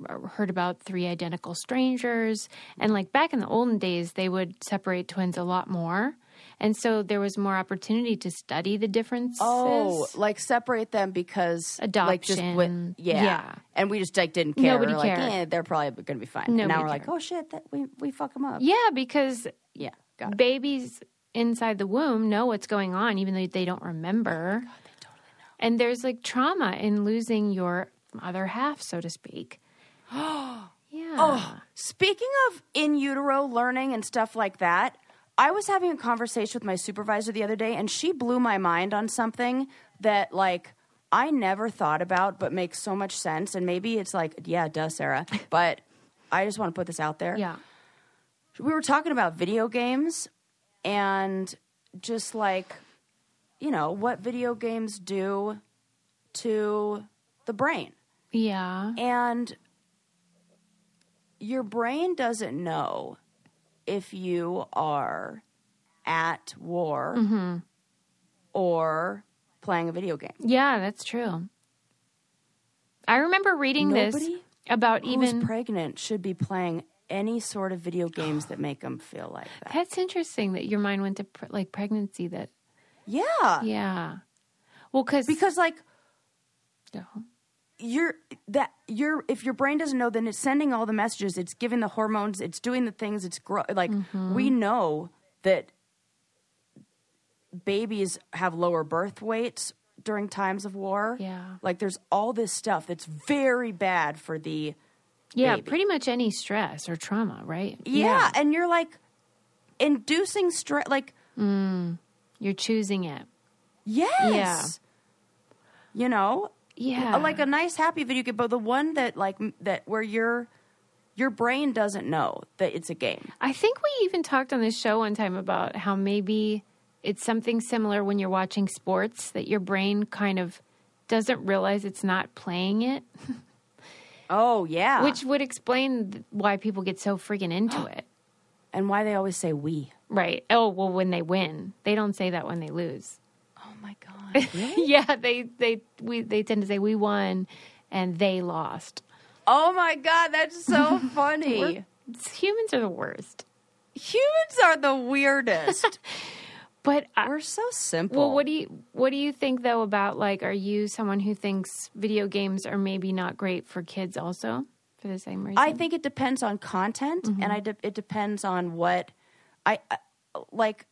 Speaker 1: uh, heard about three identical strangers. And like back in the olden days, they would separate twins a lot more. And so there was more opportunity to study the differences.
Speaker 2: Oh, like separate them because like just wi-
Speaker 1: Adoption.
Speaker 2: yeah.
Speaker 1: Yeah.
Speaker 2: and we just like didn't care.
Speaker 1: Nobody
Speaker 2: We're like,
Speaker 1: cared.
Speaker 2: eh, they're probably going to be fine. and now
Speaker 1: Nobody
Speaker 2: we're like,
Speaker 1: cared.
Speaker 2: oh shit, that we we fuck them up.
Speaker 1: Yeah, because
Speaker 2: Yeah, got it.
Speaker 1: babies inside the womb know what's going on, even though they don't
Speaker 2: Oh
Speaker 1: remember. And there's like trauma in losing your other half, so to speak. yeah.
Speaker 2: Speaking of in utero learning and stuff like that, I was having a conversation with my supervisor the other day and she blew my mind on something that like I never thought about but makes so much sense and maybe it's like yeah, duh, Sarah, but I just want to put this out there.
Speaker 1: Yeah.
Speaker 2: We were talking about video games and just like you know, what video games do to the brain.
Speaker 1: Yeah.
Speaker 2: And your brain doesn't know if you are at war or playing a video game.
Speaker 1: Yeah, that's true. I remember reading this
Speaker 2: Nobody
Speaker 1: about
Speaker 2: Who's
Speaker 1: even.
Speaker 2: pregnant should be playing any sort of video games that make them feel like that.
Speaker 1: that's interesting that your mind went to pre- like pregnancy. That
Speaker 2: Yeah.
Speaker 1: yeah. Well, cause,
Speaker 2: Uh, Because like
Speaker 1: No.
Speaker 2: you're that you're if your brain doesn't know then it's sending all the messages it's giving the hormones it's doing the things it's grow like
Speaker 1: Mm-hmm.
Speaker 2: we know that babies have lower birth weights during times of war
Speaker 1: Yeah.
Speaker 2: like there's all this stuff that's very bad for the
Speaker 1: yeah,
Speaker 2: baby.
Speaker 1: pretty much any stress or trauma, right?
Speaker 2: yeah, and you're like inducing stress like
Speaker 1: you're choosing it.
Speaker 2: yes you know
Speaker 1: Yeah,
Speaker 2: Uh, like a nice happy video game but the one that like m- that where your your brain doesn't know that it's a game
Speaker 1: I think we even talked on this show one time about how maybe it's something similar when you're watching sports that your brain kind of doesn't realize it's not playing it,
Speaker 2: Oh yeah.
Speaker 1: which would explain th- why people get so freaking into it.
Speaker 2: and why they always say we.
Speaker 1: Right. Oh, well when they win. They don't say that when they lose.
Speaker 2: Oh my god.
Speaker 1: yeah, they they we they tend to say we won and they lost.
Speaker 2: oh my god, that's so funny.
Speaker 1: Humans are the worst.
Speaker 2: Humans are the weirdest.
Speaker 1: But I,
Speaker 2: We're so simple.
Speaker 1: Well, what do you what do you think though about like are you someone who thinks video games are maybe not great for kids also for the same reason? Mm-hmm.
Speaker 2: I think it depends on content and I de- it depends on what I, I like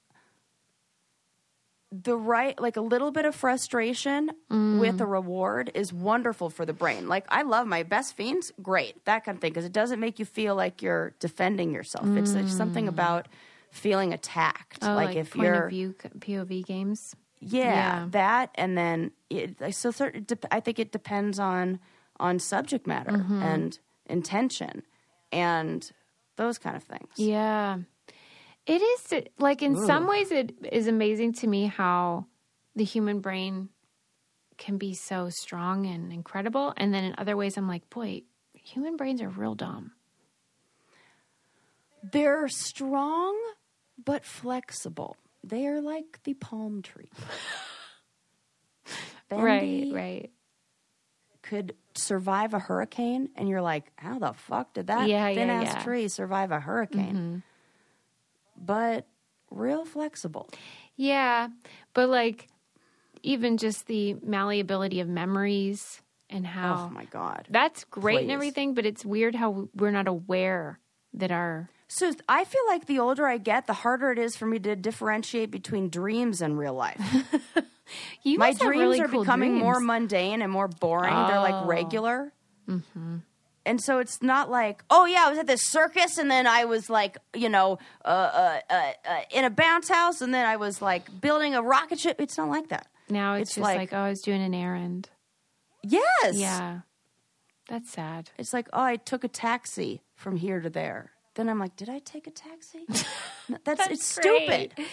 Speaker 2: the right like a little bit of frustration with a
Speaker 1: Mm.
Speaker 2: reward is wonderful for the brain. Like I love my best fiends, great. That kind of thing because it doesn't make you feel like you're defending yourself. It's like something about feeling attacked.
Speaker 1: Mm. Oh,
Speaker 2: like,
Speaker 1: like,
Speaker 2: if
Speaker 1: point
Speaker 2: you're
Speaker 1: of view c- POV games.
Speaker 2: yeah,
Speaker 1: Yeah.
Speaker 2: that and then it, like, so certain dep I think it depends on on subject matter
Speaker 1: Mm-hmm.
Speaker 2: and intention and those kind of things.
Speaker 1: Yeah. It is like in some ways it is amazing to me how the human brain can be so strong and incredible and then in other ways I'm like, "Boy, human brains are real dumb."
Speaker 2: They're strong but flexible. They are like the palm tree. Bendy
Speaker 1: Right, right.
Speaker 2: Could survive a hurricane, and you're like, how the fuck did that
Speaker 1: Yeah, yeah,
Speaker 2: thin ass
Speaker 1: yeah. Mm-hmm.
Speaker 2: tree survive a hurricane? But real flexible.
Speaker 1: Yeah, but like even just the malleability of memories and
Speaker 2: Oh,
Speaker 1: how
Speaker 2: my god.
Speaker 1: that's great and
Speaker 2: Please.
Speaker 1: everything, but it's weird how we're not aware that our
Speaker 2: So I feel like the older I get, the harder it is for me to differentiate between dreams and real life.
Speaker 1: you
Speaker 2: My
Speaker 1: must have
Speaker 2: dreams
Speaker 1: really
Speaker 2: are
Speaker 1: cool
Speaker 2: becoming more
Speaker 1: dreams.
Speaker 2: mundane and more boring. They're like
Speaker 1: Oh. Mm-hmm.
Speaker 2: regular. And so it's not like, oh yeah, I was at this circus and then I was like, you know, uh, uh, uh, uh, in a bounce house and then I was like building a rocket ship. It's not like that.
Speaker 1: now it's,
Speaker 2: it's
Speaker 1: just
Speaker 2: like-
Speaker 1: like oh, I was doing an errand.
Speaker 2: Yes.
Speaker 1: Yeah. That's sad.
Speaker 2: It's like, oh, I took a taxi from here to there. Then I'm like, did I take a taxi? No, That's,
Speaker 1: That's
Speaker 2: it's
Speaker 1: great.
Speaker 2: stupid.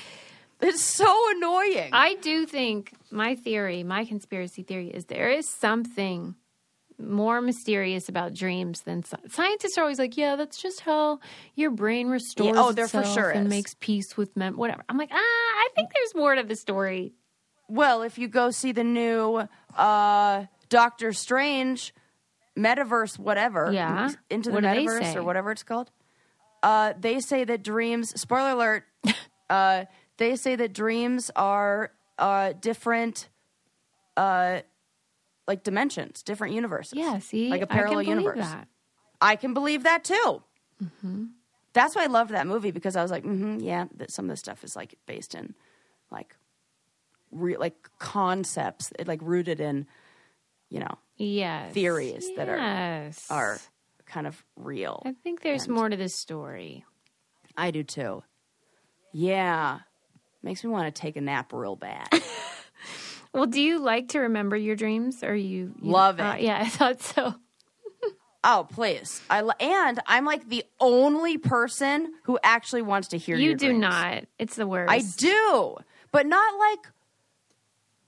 Speaker 2: It's so annoying.
Speaker 1: I do think my theory, my conspiracy theory, is there is something more mysterious about dreams than sci- scientists are always like, yeah, that's just how your brain restores
Speaker 2: oh, there for
Speaker 1: itself
Speaker 2: sure
Speaker 1: and
Speaker 2: is.
Speaker 1: makes peace with mem whatever. I'm like, ah, I think there's more to the story.
Speaker 2: Well, if you go see the new uh, Doctor Strange metaverse, whatever,
Speaker 1: Yeah.
Speaker 2: m- into the
Speaker 1: What do they
Speaker 2: metaverse
Speaker 1: say?
Speaker 2: or whatever it's called, uh, they say that dreams. Spoiler alert. uh, they say that dreams are uh, different, uh, like dimensions, different universes.
Speaker 1: Yeah, see,
Speaker 2: like a
Speaker 1: I
Speaker 2: parallel
Speaker 1: can believe
Speaker 2: universe.
Speaker 1: That.
Speaker 2: I can believe that too.
Speaker 1: Mm-hmm.
Speaker 2: That's why I loved that movie because I was like, mm-hmm, yeah, that some of this stuff is like based in like re- like concepts, it, like rooted in you know
Speaker 1: Yes.
Speaker 2: Theories that are-
Speaker 1: Yes.
Speaker 2: are kind of real.
Speaker 1: I think there's more to this story.
Speaker 2: I do too. Yeah, makes me want to take a nap real bad.
Speaker 1: Well, do you like to remember your dreams, or you, you
Speaker 2: Love
Speaker 1: uh,
Speaker 2: it.
Speaker 1: yeah, I thought so.
Speaker 2: oh, please! I lo- and I'm like the only person who actually wants to hear
Speaker 1: You
Speaker 2: your
Speaker 1: do
Speaker 2: dreams.
Speaker 1: not. It's the worst.
Speaker 2: I do, but not like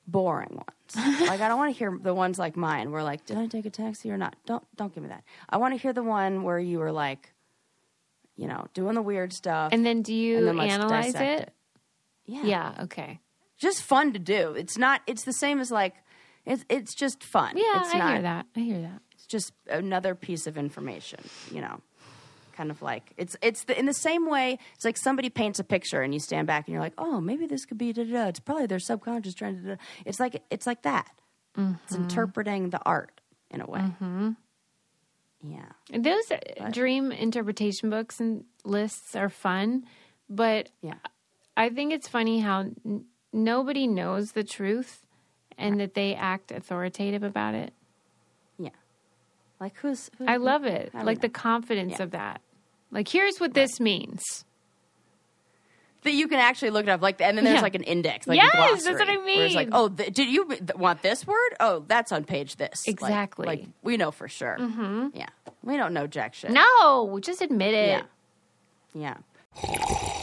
Speaker 2: boring ones. like I don't want to hear the ones like mine where like, did I take a taxi or not? Don't don't give me that. I want to hear the one where you were like, you know, doing the weird stuff
Speaker 1: And then do you
Speaker 2: and then let's
Speaker 1: analyze
Speaker 2: dissect
Speaker 1: it?
Speaker 2: Yeah.
Speaker 1: Yeah. Okay.
Speaker 2: Just fun to do. It's not it's the same as like it's it's just fun.
Speaker 1: Yeah,
Speaker 2: it's
Speaker 1: I
Speaker 2: not
Speaker 1: hear that. I hear that.
Speaker 2: it's just another piece of information, you know. Kind of like it's it's the, in the same way. It's like somebody paints a picture and you stand back and you're like, oh, maybe this could be da da. da. It's probably their subconscious trying to. Da, da. It's like it's like that.
Speaker 1: Mm-hmm.
Speaker 2: It's interpreting the art in a way. Yeah,
Speaker 1: Those uh, dream interpretation books and lists are fun, but
Speaker 2: yeah.
Speaker 1: I think it's funny how n- nobody knows the truth and that they act authoritative about it.
Speaker 2: Like who's? Who,
Speaker 1: Mm-hmm. I love it.
Speaker 2: I don't
Speaker 1: like
Speaker 2: know.
Speaker 1: the confidence
Speaker 2: Yeah.
Speaker 1: of that. Like, here's what this means.
Speaker 2: that you can actually look it up. Like, and then there's
Speaker 1: Yeah.
Speaker 2: like an index, like a
Speaker 1: Yes, that's
Speaker 2: glossary,
Speaker 1: what I
Speaker 2: where it's like,
Speaker 1: mean.
Speaker 2: oh, th- did you th- want this word? Oh, that's on page this. Like-
Speaker 1: Exactly.
Speaker 2: Like, we know for sure. Mm-hmm. Yeah, we don't know jack shit.
Speaker 1: No, just admit it.
Speaker 2: Yeah. Yeah.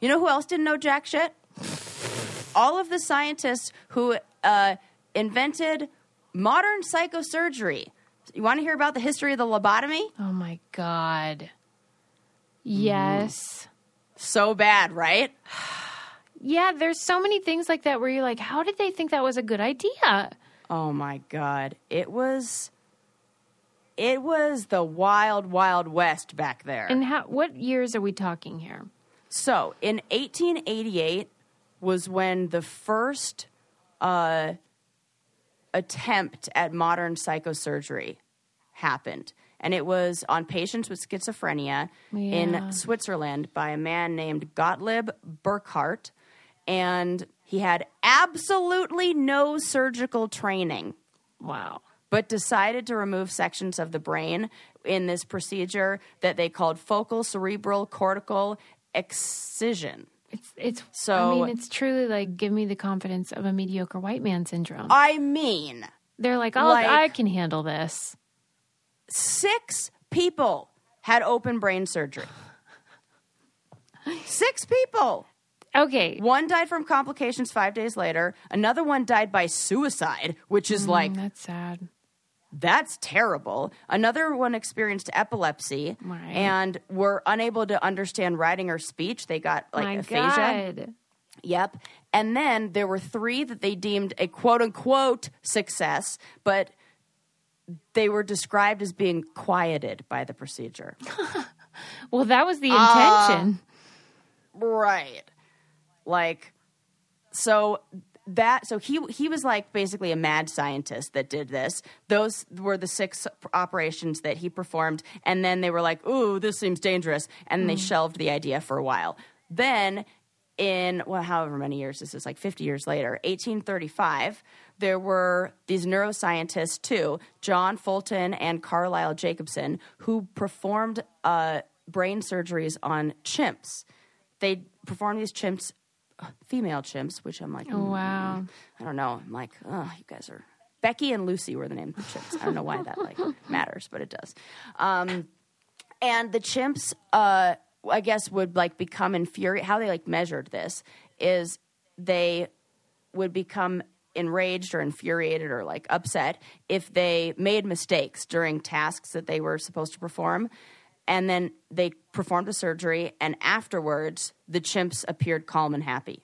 Speaker 2: You know who else didn't know jack shit? All of the scientists who uh, invented modern psychosurgery. You want to hear about the history of the lobotomy?
Speaker 1: Oh my God. Mm-hmm. Yes.
Speaker 2: So bad, right?
Speaker 1: Yeah, there's so many things like that where you're like, how did they think that was a good idea?
Speaker 2: Oh my god. It was it was the wild wild west back there.
Speaker 1: And how, what years are we talking here?
Speaker 2: So in 1888 was when the first uh, attempt at modern psychosurgery happened. And it was on patients with schizophrenia
Speaker 1: Yeah.
Speaker 2: in Switzerland by a man named Gottlieb Burckhardt. And he had absolutely no surgical training
Speaker 1: Wow.
Speaker 2: but decided to remove sections of the brain in this procedure that they called focal cerebral cortical excision.
Speaker 1: It's it's I
Speaker 2: So-
Speaker 1: mean, it's truly like give me the confidence of a mediocre white man syndrome.
Speaker 2: I mean,
Speaker 1: They're like, oh,
Speaker 2: Uh, like-
Speaker 1: I can handle this.
Speaker 2: six people had open brain surgery. Six people.
Speaker 1: Okay.
Speaker 2: One died from complications five days later. Another one died by suicide, which
Speaker 1: Mm.
Speaker 2: is like,
Speaker 1: That's sad.
Speaker 2: that's terrible. Another one experienced epilepy
Speaker 1: Right.
Speaker 2: and were unable to understand writing or speech. They got like
Speaker 1: My
Speaker 2: aphasia.
Speaker 1: God.
Speaker 2: Yep. And then there were three that they deemed a quote unquote success, but they were described as being quieted by the procedure.
Speaker 1: Well, that was the
Speaker 2: Uh,
Speaker 1: intention.
Speaker 2: right. Like so that so he he was like basically a mad scientist that did this. Those were the six operations that he performed and then they were like, "Ooh, this seems dangerous." And they shelved the idea for a while. Then in well however many years this is like 50 years later 1835 there were these neuroscientists too john fulton and carlisle jacobson who performed uh, brain surgeries on chimps they performed these chimps female chimps which i'm like mm,
Speaker 1: Oh, wow.
Speaker 2: i don't know i'm like oh you guys are becky and lucy were the name of the chimps i don't know why that like matters but it does um, and the chimps uh i guess would like become infuriated how they like measured this is they would become enraged or infuriated or like upset if they made mistakes during tasks that they were supposed to perform and then they performed the surgery and afterwards the chimps appeared calm and happy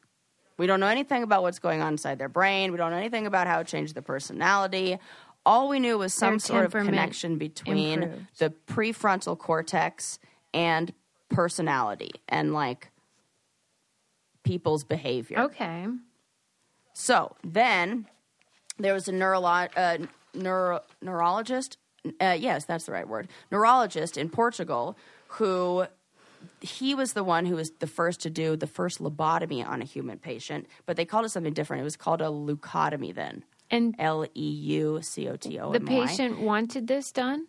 Speaker 2: we don't know anything about what's going on inside their brain we don't know anything about how it changed their personality all we knew was some
Speaker 1: Their
Speaker 2: sort of
Speaker 1: temperament
Speaker 2: connection between
Speaker 1: improved.
Speaker 2: the prefrontal cortex and personality and like people's behavior.
Speaker 1: Okay.
Speaker 2: So then there was a neurolo- uh, neuro- neurologist. Uh, yes, that's the right word. Neurologist in Portugal who he was the one who was the first to do the first lobotomy on a human patient, but they called it something different. It was called a leucotomy then.
Speaker 1: And
Speaker 2: L E U C O T O M Y.
Speaker 1: the patient wanted this done?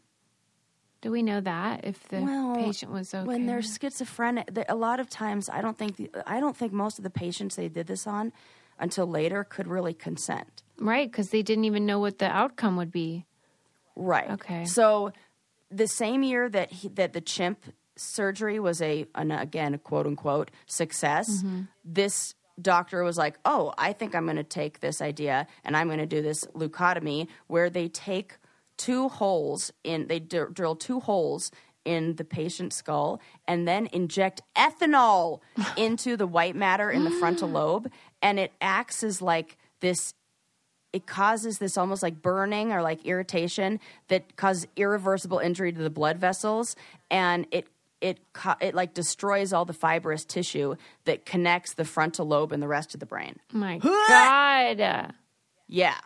Speaker 1: Do we know that if the patient was okay?
Speaker 2: when they're schizophrenic the, a lot of times i don't think the, i don't think most of the patients they did this on until later could really consent
Speaker 1: right, because they didn't even know what the outcome would be.
Speaker 2: right
Speaker 1: Okay.
Speaker 2: so the same year that he, that the chimp surgery was a an, again a quote unquote success this doctor was like oh i think i'm going to take this idea and i'm going to do this leucotomy where they take two holes in they dr- drill two holes in the patient's skull and then inject ethanol into the white matter in the frontal lobe and it acts as like this it causes this almost like burning or like irritation that causes irreversible injury to the blood vessels and it it co- it like destroys all the fibrous tissue that connects the frontal lobe and the rest of the brain.
Speaker 1: My God.
Speaker 2: Yeah.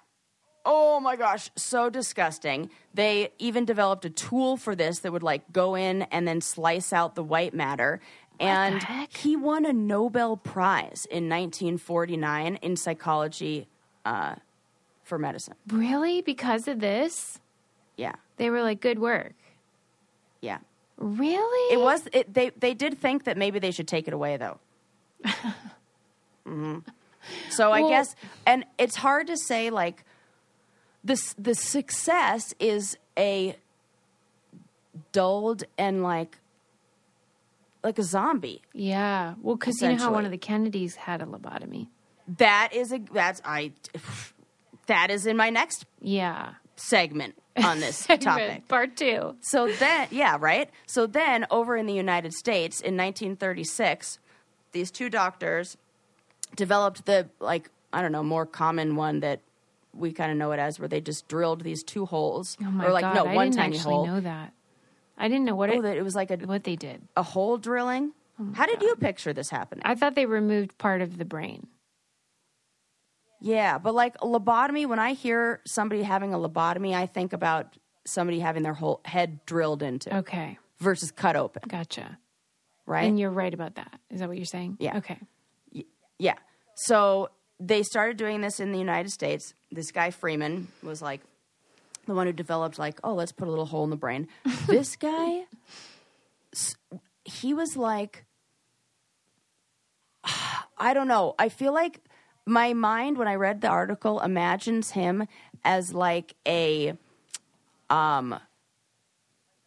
Speaker 2: oh my gosh, so disgusting. They even developed a tool for this that would like go in and then slice out the white matter. and
Speaker 1: heck?
Speaker 2: he won a Nobel Prize in 1949 in psychology uh, for medicine.
Speaker 1: Really? Because of this?
Speaker 2: Yeah,
Speaker 1: They were like, good work.
Speaker 2: yeah.
Speaker 1: Really?
Speaker 2: It was it, they they did think that maybe they should take it away though. Mhm. So I
Speaker 1: Well-
Speaker 2: guess and it's hard to say like this the success is a dulled and like like a zombie.
Speaker 1: Yeah. Well, because you know how one
Speaker 2: Essentially.
Speaker 1: of the Kennedys had a lobotomy.
Speaker 2: That is a that's I that is in my next
Speaker 1: Yeah.
Speaker 2: segment on this topic.
Speaker 1: Part two.
Speaker 2: So then, yeah, right? So then, over in the United States in 1936, these two doctors developed the, like, I don't know, more common one that we kind of know it as, where they just drilled these two holes.
Speaker 1: Oh my
Speaker 2: or, like,
Speaker 1: god!
Speaker 2: no,
Speaker 1: I
Speaker 2: one
Speaker 1: didn't
Speaker 2: tiny
Speaker 1: actually
Speaker 2: hole.
Speaker 1: know that. I didn't know what
Speaker 2: Oh,
Speaker 1: it,
Speaker 2: that it was like a,
Speaker 1: what they did.
Speaker 2: a hole drilling. How did you picture this happening?
Speaker 1: Oh I thought they removed part of the brain.
Speaker 2: yeah, but like a lobotomy, when I hear somebody having a lobotomy, I think about somebody having their whole head drilled into
Speaker 1: Okay,
Speaker 2: versus cut open,
Speaker 1: gotcha.
Speaker 2: right?
Speaker 1: And you're right about that. Is that what you're saying?
Speaker 2: Yeah.
Speaker 1: Okay.
Speaker 2: Yeah. So they started doing this in the United States. This guy Freeman was like the one who developed like, oh, let's put a little hole in the brain. this guy, s- he was like, I don't know. I feel like my mind when I read the article imagines him as like a, um,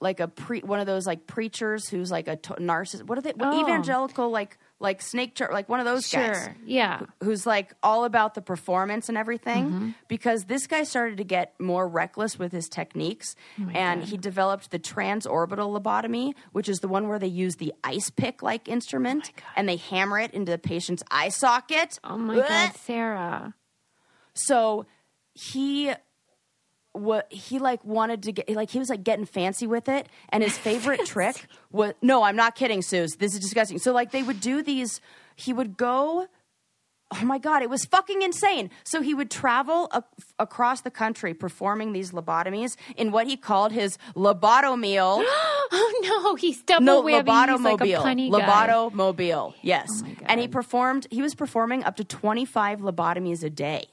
Speaker 2: like a pre one of those like preachers who's like a to- narcissist. What are they?
Speaker 1: Oh.
Speaker 2: Evangelical like like snake church like one of those guys
Speaker 1: Sure. Yeah.
Speaker 2: who's like all about the performance and everything
Speaker 1: Mm-hmm.
Speaker 2: because this guy started to get more reckless with his techniques
Speaker 1: Oh
Speaker 2: and he developed the transorbital lobotomy which is the one where they use the ice pick like instrument and they hammer it into the patient's eye socket
Speaker 1: Oh my
Speaker 2: Blech.
Speaker 1: god, Sarah.
Speaker 2: so he what he like wanted to get like he was like getting fancy with it and his favorite trick was no i'm not kidding Suze. this is disgusting so like they would do these he would go oh my god it was fucking insane so he would travel a- across the country performing these lobotomies in what he called his lobotomobile
Speaker 1: Oh no, he's double
Speaker 2: no
Speaker 1: whammy.
Speaker 2: lobotomobile
Speaker 1: He's like a punny guy. Oh
Speaker 2: lobotomobile yes
Speaker 1: my God.
Speaker 2: and he performed he was performing up to 25 lobotomies a day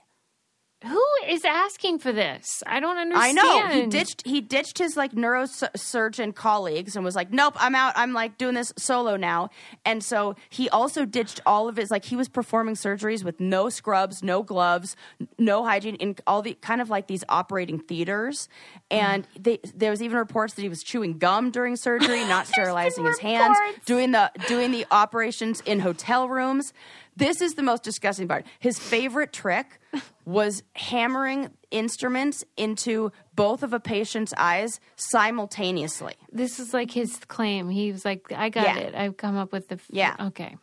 Speaker 1: Who is asking for this? I don't
Speaker 2: I
Speaker 1: understand.
Speaker 2: know he ditched he ditched his like neurosurgeon colleagues and was like, nope, I'm out. I'm like doing this solo now. And so he also ditched all of his like he was performing surgeries with no scrubs, no gloves, n- no hygiene, in all the kind of like these operating theaters. And they, there was even reports that he was chewing gum during surgery, not sterilizing his hands,
Speaker 1: reports.
Speaker 2: doing the doing the operations in hotel rooms. This is the most disgusting part. His favorite trick was hammering instruments into both of a patient's eyes simultaneously.
Speaker 1: This is like his claim. He was like, "I got
Speaker 2: Yeah.
Speaker 1: it. I've come up with the f-
Speaker 2: Yeah.
Speaker 1: Okay.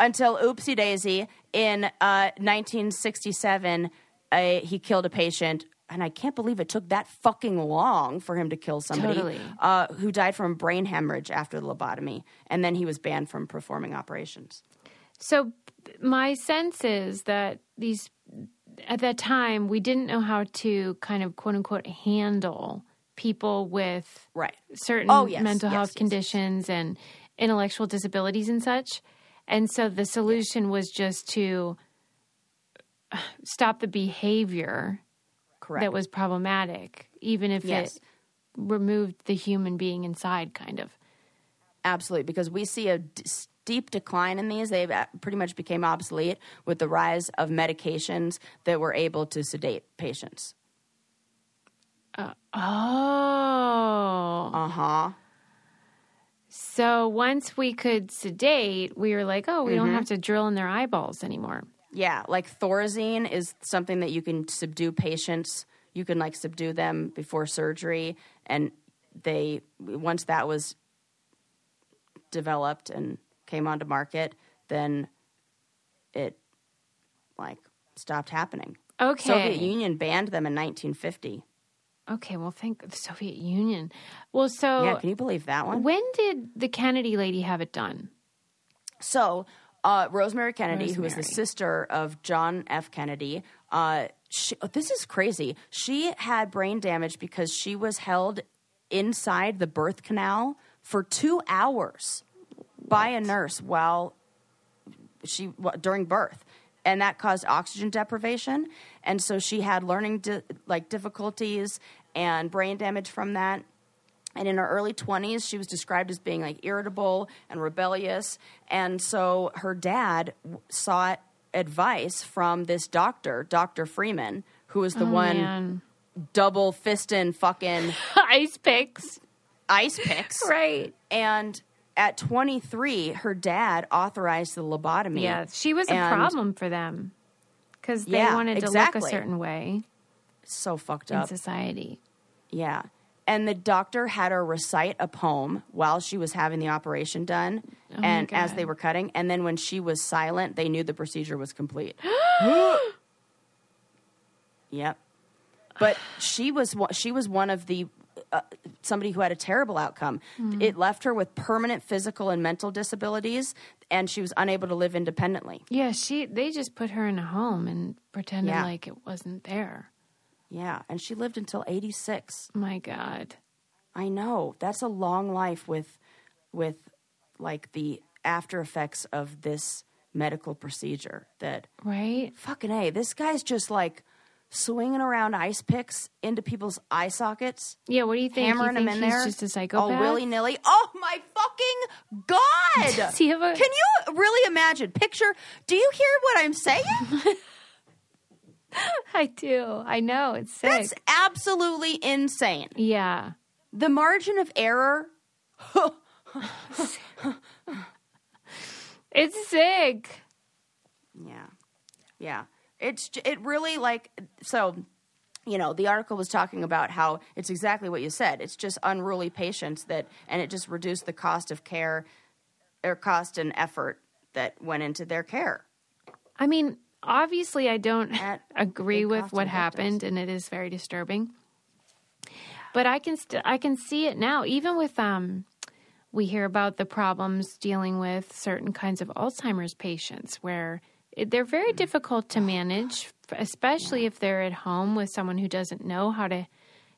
Speaker 2: Until oopsie daisy in uh, 1967, uh, he killed a patient. And I can't believe it took that fucking long for him to kill somebody
Speaker 1: Totally.
Speaker 2: uh, who died from brain hemorrhage after the lobotomy. And then he was banned from performing operations.
Speaker 1: So my sense is that these at that time we didn't know how to kind of quote unquote handle people with
Speaker 2: Right.
Speaker 1: certain
Speaker 2: Oh, yes,
Speaker 1: mental
Speaker 2: yes,
Speaker 1: health
Speaker 2: yes, yes.
Speaker 1: conditions and intellectual disabilities and such. And so the solution was just to uh, stop the behavior
Speaker 2: Correct.
Speaker 1: that was problematic, even if
Speaker 2: Yes.
Speaker 1: it removed the human being inside, kind of.
Speaker 2: Absolutely, because we see a d- steep decline in these. They've uh, pretty much became obsolete with the rise of medications that were able to sedate patients.
Speaker 1: Oh.
Speaker 2: Uh huh.
Speaker 1: So once we could sedate, we were like, oh, we don't
Speaker 2: Mm-hmm.
Speaker 1: have to drill in their eyeballs anymore.
Speaker 2: Yeah, like Thorazine is something that you can subdue patients. You can like subdue them before surgery, and they once that was developed and came onto market, then it like stopped happening.
Speaker 1: Okay.
Speaker 2: Soviet Union banned them in 1950.
Speaker 1: Okay. Well, thank the Soviet Union. Well, so
Speaker 2: yeah, can you believe that one?
Speaker 1: when did the Kennedy lady have it done?
Speaker 2: So, uh, Rosemary Kennedy, who was the
Speaker 1: Rosemary.
Speaker 2: sister of John F. Kennedy, uh, she, oh, this is crazy. She had brain damage because she was held inside the birth canal for two hours by a nurse while she wh- during birth, and that caused oxygen deprivation, and so she had learning di- like difficulties and brain damage from that. And in her early 20s, she was described as being like irritable and rebellious. And so her dad w- sought advice from this doctor, Dr. Freeman, who was the one
Speaker 1: Oh, man.
Speaker 2: double fisting fucking
Speaker 1: Ice picks.
Speaker 2: ice picks.
Speaker 1: Right.
Speaker 2: And at 23, her dad authorized the lobotomy.
Speaker 1: Yeah, she was a
Speaker 2: And
Speaker 1: problem for them because they
Speaker 2: Yeah,
Speaker 1: wanted to look
Speaker 2: exactly.
Speaker 1: a certain way
Speaker 2: So fucked
Speaker 1: in
Speaker 2: up.
Speaker 1: society.
Speaker 2: Yeah. And the doctor had her recite a poem while she was having the operation done
Speaker 1: Oh my
Speaker 2: and as
Speaker 1: God.
Speaker 2: they were cutting. And then when she was silent, they knew the procedure was complete. yep. But she was one- she was one of the uh, somebody who had a terrible outcome.
Speaker 1: Hmm.
Speaker 2: It left her with permanent physical and mental disabilities and she was unable to live independently.
Speaker 1: Yeah, she they just put her in a home and pretended
Speaker 2: Yeah.
Speaker 1: like it wasn't there.
Speaker 2: Yeah, and she lived until 86.
Speaker 1: My God.
Speaker 2: I know. That's a long life with with like the after effects of this medical procedure that
Speaker 1: Right?
Speaker 2: fucking hey, this guy's just like swinging around ice picks into people's eye sockets,
Speaker 1: Yeah, what do you think?
Speaker 2: hammering
Speaker 1: you think
Speaker 2: them in
Speaker 1: he's
Speaker 2: there.
Speaker 1: just a psychopath?
Speaker 2: All willy nilly. Oh my fucking god!
Speaker 1: Does he have a-
Speaker 2: Can you really imagine? Picture. Do you hear what I'm saying?
Speaker 1: I do. I know. It's sick.
Speaker 2: That's absolutely insane.
Speaker 1: yeah.
Speaker 2: The margin of error.
Speaker 1: It's sick.
Speaker 2: Yeah. Yeah. It's j- it really like so you know, the article was talking about how it's exactly what you said. It's just unruly patients that and it just reduced the cost of care or cost and effort that went into their care.
Speaker 1: I mean, obviously, I don't
Speaker 2: At
Speaker 1: agree
Speaker 2: big
Speaker 1: with
Speaker 2: cost
Speaker 1: what
Speaker 2: and victims.
Speaker 1: happened, and it is very disturbing. But I can st- I can see it now, even with um, we hear about the problems dealing with certain kinds of Alzheimer's patients, where it, they're very
Speaker 2: Mm-hmm.
Speaker 1: difficult to manage, f- especially if they're at home with someone who doesn't know how to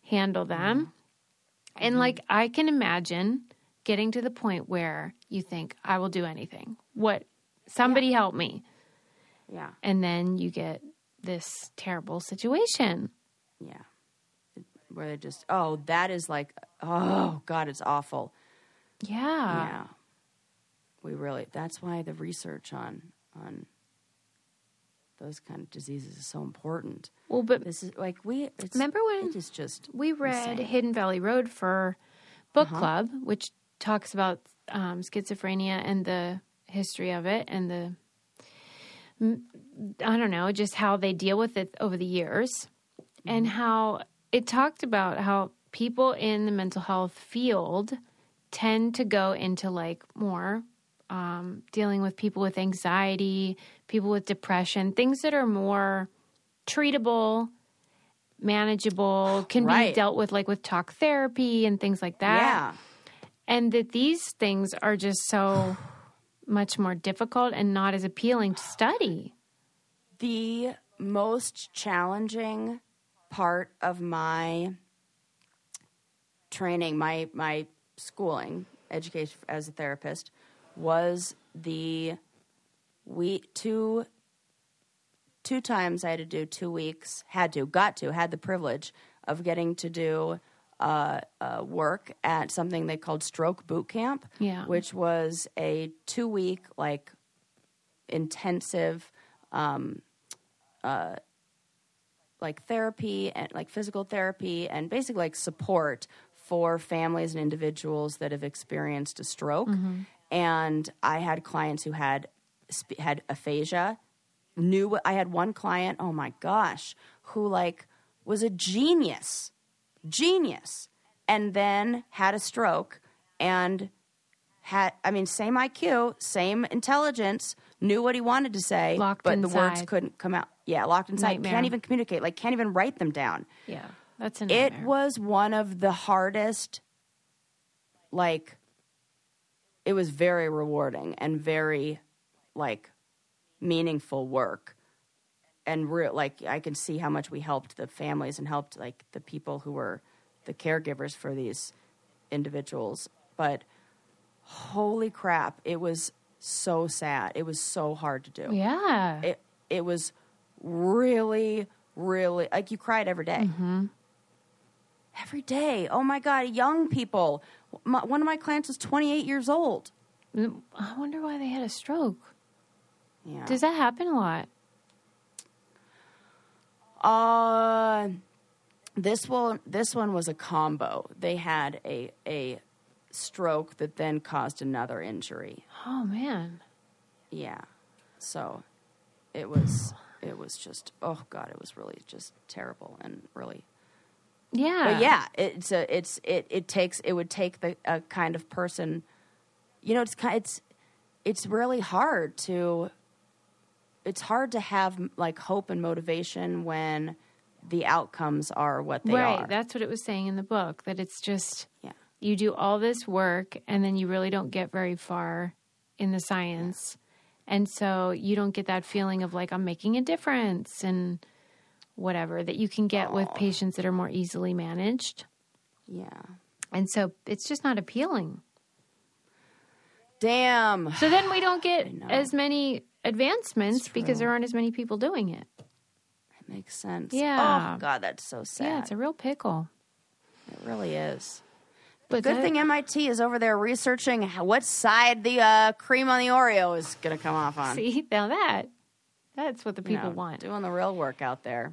Speaker 1: handle them.
Speaker 2: Mm-hmm.
Speaker 1: And like I can imagine getting to the point where you think, I will do anything. What somebody help me
Speaker 2: Yeah.
Speaker 1: and then you get this terrible situation.
Speaker 2: Yeah. Where they just oh, that is like oh god, it's awful.
Speaker 1: Yeah.
Speaker 2: yeah. We really that's why the research on on those kind of diseases is so important.
Speaker 1: Well, but
Speaker 2: This is like we it's,
Speaker 1: Remember when
Speaker 2: it is just
Speaker 1: we read
Speaker 2: insane. Uh-huh.
Speaker 1: Hidden Valley Road for book club, which talks about um, schizophrenia and the history of it, and the m- I don't know, just how they deal with it over the years, and
Speaker 2: Mm-hmm.
Speaker 1: how it talked about how people in the mental health field tend to go into like more um, dealing with people with anxiety, people with depression, things that are more treatable, manageable, can be
Speaker 2: Right.
Speaker 1: dealt with like with talk therapy and things like that.
Speaker 2: yeah
Speaker 1: And that these things are just so much more difficult and not as appealing to study.
Speaker 2: the most challenging part of my training my my schooling education as a therapist was the we two two times I had to do two weeks had to got to had the privilege of getting to do uh, uh, work at something they called stroke boot camp
Speaker 1: Yeah.
Speaker 2: which was a two week like intensive um, uh, like therapy and like physical therapy and basically like support for families and individuals that have experienced a stroke
Speaker 1: Mm-hmm.
Speaker 2: and i had clients who had sp- had aphasia knew what i had one client oh my gosh who like was a genius genius and then had a stroke and had I mean same IQ, same intelligence, knew what he wanted to say,
Speaker 1: Locked
Speaker 2: but the words
Speaker 1: inside.
Speaker 2: couldn't come out. Yeah, locked inside,
Speaker 1: Nightmare.
Speaker 2: can't even communicate, like can't even write them down.
Speaker 1: Yeah. That's a
Speaker 2: It
Speaker 1: nightmare.
Speaker 2: was one of the hardest like it was very rewarding and very like meaningful work. and real like I can see how much we helped the families and helped like the people who were the caregivers for these individuals. But holy crap, it was so sad. It was so hard to do.
Speaker 1: Yeah.
Speaker 2: It it was really really like you cried every day. Every day. Oh my god, young people. My, one of my clients was 28 years old.
Speaker 1: I wonder why they had a stroke.
Speaker 2: Yeah.
Speaker 1: Does that happen a lot?
Speaker 2: Uh, this one this one was a combo. They had a a stroke that then caused another injury.
Speaker 1: Oh man.
Speaker 2: Yeah. So it was it was just oh god, it was really just terrible and really
Speaker 1: Yeah.
Speaker 2: but yeah, it's a, it's it it takes it would take the a kind of person, you know. It's ki- it's it's really hard to. It's hard to have like hope and motivation when the outcomes are what they
Speaker 1: right.
Speaker 2: are.
Speaker 1: That's what it was saying in the book that it's just
Speaker 2: yeah,
Speaker 1: you do all this work and then you really don't get very far in the science. And so you don't get that feeling of like I'm making a difference and whatever that you can get with patients that are more easily managed.
Speaker 2: yeah.
Speaker 1: And so it's just not appealing.
Speaker 2: Damn.
Speaker 1: So then we don't get as many advancements because there aren't as many people doing it.
Speaker 2: That makes sense.
Speaker 1: Yeah.
Speaker 2: Oh God, that's so sad.
Speaker 1: Yeah, it's a real pickle.
Speaker 2: it really is.
Speaker 1: But
Speaker 2: Good
Speaker 1: that-
Speaker 2: thing MIT is over there researching how, what side the uh, cream on the Oreo is going to come off on.
Speaker 1: See, now that that's what the
Speaker 2: You
Speaker 1: people
Speaker 2: know,
Speaker 1: want.
Speaker 2: doing the real work out there.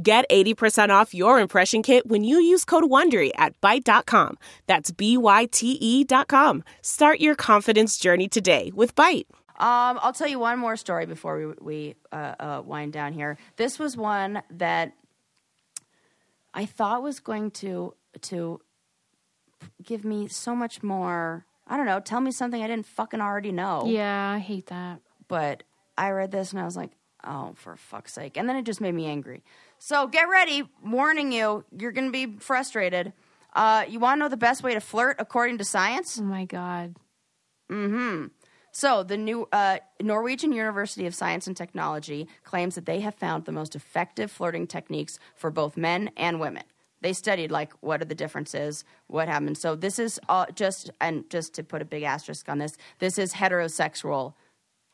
Speaker 3: Get 80% off your impression kit when you use code WONDERY at Byte.com. That's B-Y-T-E E dot com. Start your confidence journey today with Byte.
Speaker 2: Um, I'll tell you one more story before we, we uh, uh, wind down here. This was one that I thought was going to to give me so much more. I don't know. Tell me something I didn't fucking already know.
Speaker 1: Yeah, I hate that.
Speaker 2: But I read this and I was like, oh, for fuck's sake! And then it just made me angry. So get ready. Warning you, you're gonna be frustrated. Uh, you want to know the best way to flirt according to science?
Speaker 1: Oh my god.
Speaker 2: Mm-hmm. So, the new uh, Norwegian University of Science and Technology claims that they have found the most effective flirting techniques for both men and women. They studied like what are the differences, what happens. So, this is all just and just to put a big asterisk on this, this is heterosexual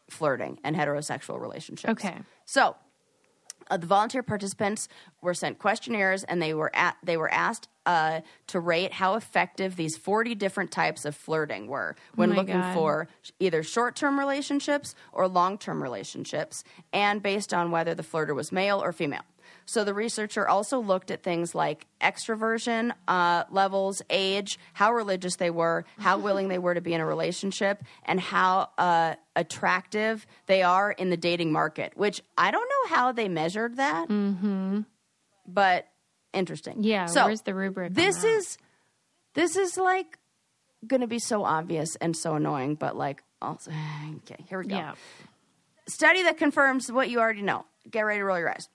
Speaker 2: flirting and heterosexual relationships.
Speaker 1: Okay.
Speaker 2: So, uh, the volunteer participants were sent questionnaires and they were at, they were asked uh, to rate how effective these 40 different types of flirting were when
Speaker 1: Oh my
Speaker 2: looking
Speaker 1: God.
Speaker 2: for sh- either short-term relationships or long-term relationships and based on whether the flirter was male or female so the researcher also looked at things like extroversion uh, levels age how religious they were
Speaker 1: Mm-hmm.
Speaker 2: how willing they were to be in a relationship and how uh, attractive they are in the dating market which i don't know how they measured that but interesting
Speaker 1: Mm-hmm. Yeah,
Speaker 2: so
Speaker 1: where's the rubric? on
Speaker 2: this
Speaker 1: that?
Speaker 2: is this is like gonna be so obvious and so annoying but like also okay here we go
Speaker 1: yeah.
Speaker 2: study that confirms what you already know get ready to roll your eyes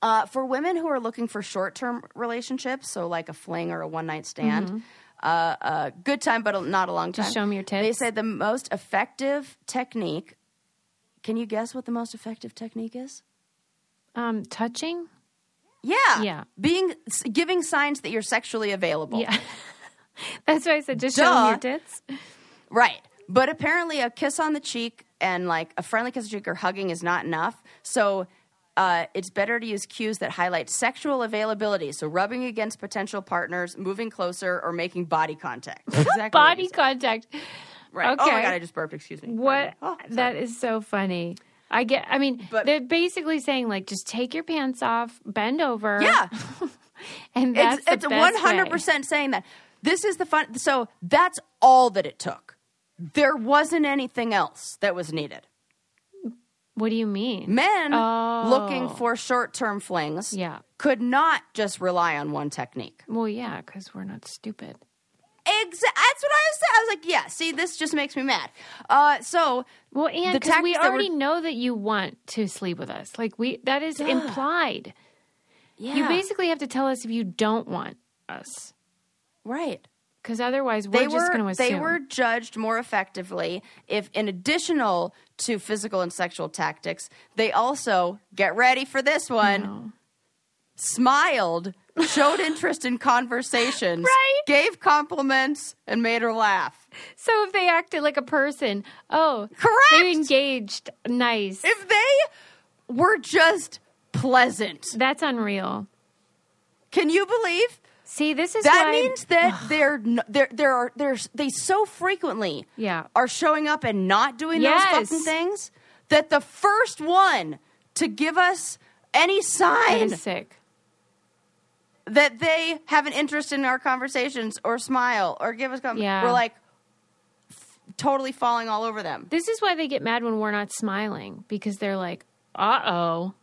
Speaker 2: uh, for women who are looking for short-term relationships so like a fling or a one-night stand uh, uh, good time but not a long time
Speaker 1: Mm-hmm. Just show 'em your
Speaker 2: they
Speaker 1: tits.
Speaker 2: say the most effective technique can you guess what the most effective technique is
Speaker 1: Um, touching.
Speaker 2: yeah
Speaker 1: Yeah.
Speaker 2: being s- giving signs that you're sexually available
Speaker 1: Yeah. That's why I said just show
Speaker 2: Duh.
Speaker 1: 'em your tits.
Speaker 2: Right. But apparently, a kiss on the cheek and like a friendly kiss on the cheek or hugging is not enough. So uh, it's better to use cues that highlight sexual availability. So rubbing against potential partners, moving closer, or making body contact. Exactly. what
Speaker 1: Body
Speaker 2: you said.
Speaker 1: contact.
Speaker 2: Right.
Speaker 1: Okay.
Speaker 2: Oh my God, I just burped. Excuse me.
Speaker 1: What?
Speaker 2: Oh,
Speaker 1: that is so funny. I get. I mean,
Speaker 2: But-
Speaker 1: they're basically saying like, just take your pants off, bend over.
Speaker 2: Yeah.
Speaker 1: and that's
Speaker 2: it's it's
Speaker 1: the best way.
Speaker 2: 100% saying that. This is the fun. So that's all that it took. There wasn't anything else that was needed.
Speaker 1: What do you mean?
Speaker 2: Men
Speaker 1: Oh.
Speaker 2: looking for short term flings
Speaker 1: Yeah.
Speaker 2: could not just rely on one technique.
Speaker 1: Well, yeah, because we're not stupid.
Speaker 2: Exa- that's what I was saying. I was like, yeah, see, this just makes me mad. Uh, so,
Speaker 1: Well, and
Speaker 2: The
Speaker 1: because we
Speaker 2: tactics that were-
Speaker 1: already know that you want to sleep with us, like we that is implied.
Speaker 2: yeah.
Speaker 1: You basically have to tell us if you don't want us,
Speaker 2: right.
Speaker 1: because otherwise we're
Speaker 2: They
Speaker 1: just going to
Speaker 2: were
Speaker 1: assume.
Speaker 2: they were judged more effectively if, in additional to physical and sexual tactics, they also get ready for this one. Smiled, showed interest in conversations,
Speaker 1: Right.
Speaker 2: gave compliments, and made her laugh.
Speaker 1: So if they acted like a person, oh,
Speaker 2: Correct.
Speaker 1: they engaged, nice.
Speaker 2: If they were just pleasant,
Speaker 1: That's unreal.
Speaker 2: can you believe?
Speaker 1: See, this is
Speaker 2: That
Speaker 1: why-
Speaker 2: means that they're n- they're there are there's they so frequently
Speaker 1: Yeah.
Speaker 2: are showing up and not doing
Speaker 1: Yes.
Speaker 2: those fucking things that the first one to give us any
Speaker 1: that
Speaker 2: sign
Speaker 1: is sick.
Speaker 2: that they have an interest in our conversations or smile or give us com-
Speaker 1: Yeah.
Speaker 2: we're like f- totally falling all over them.
Speaker 1: This is why they get mad when we're not smiling because they're like, "Uh oh,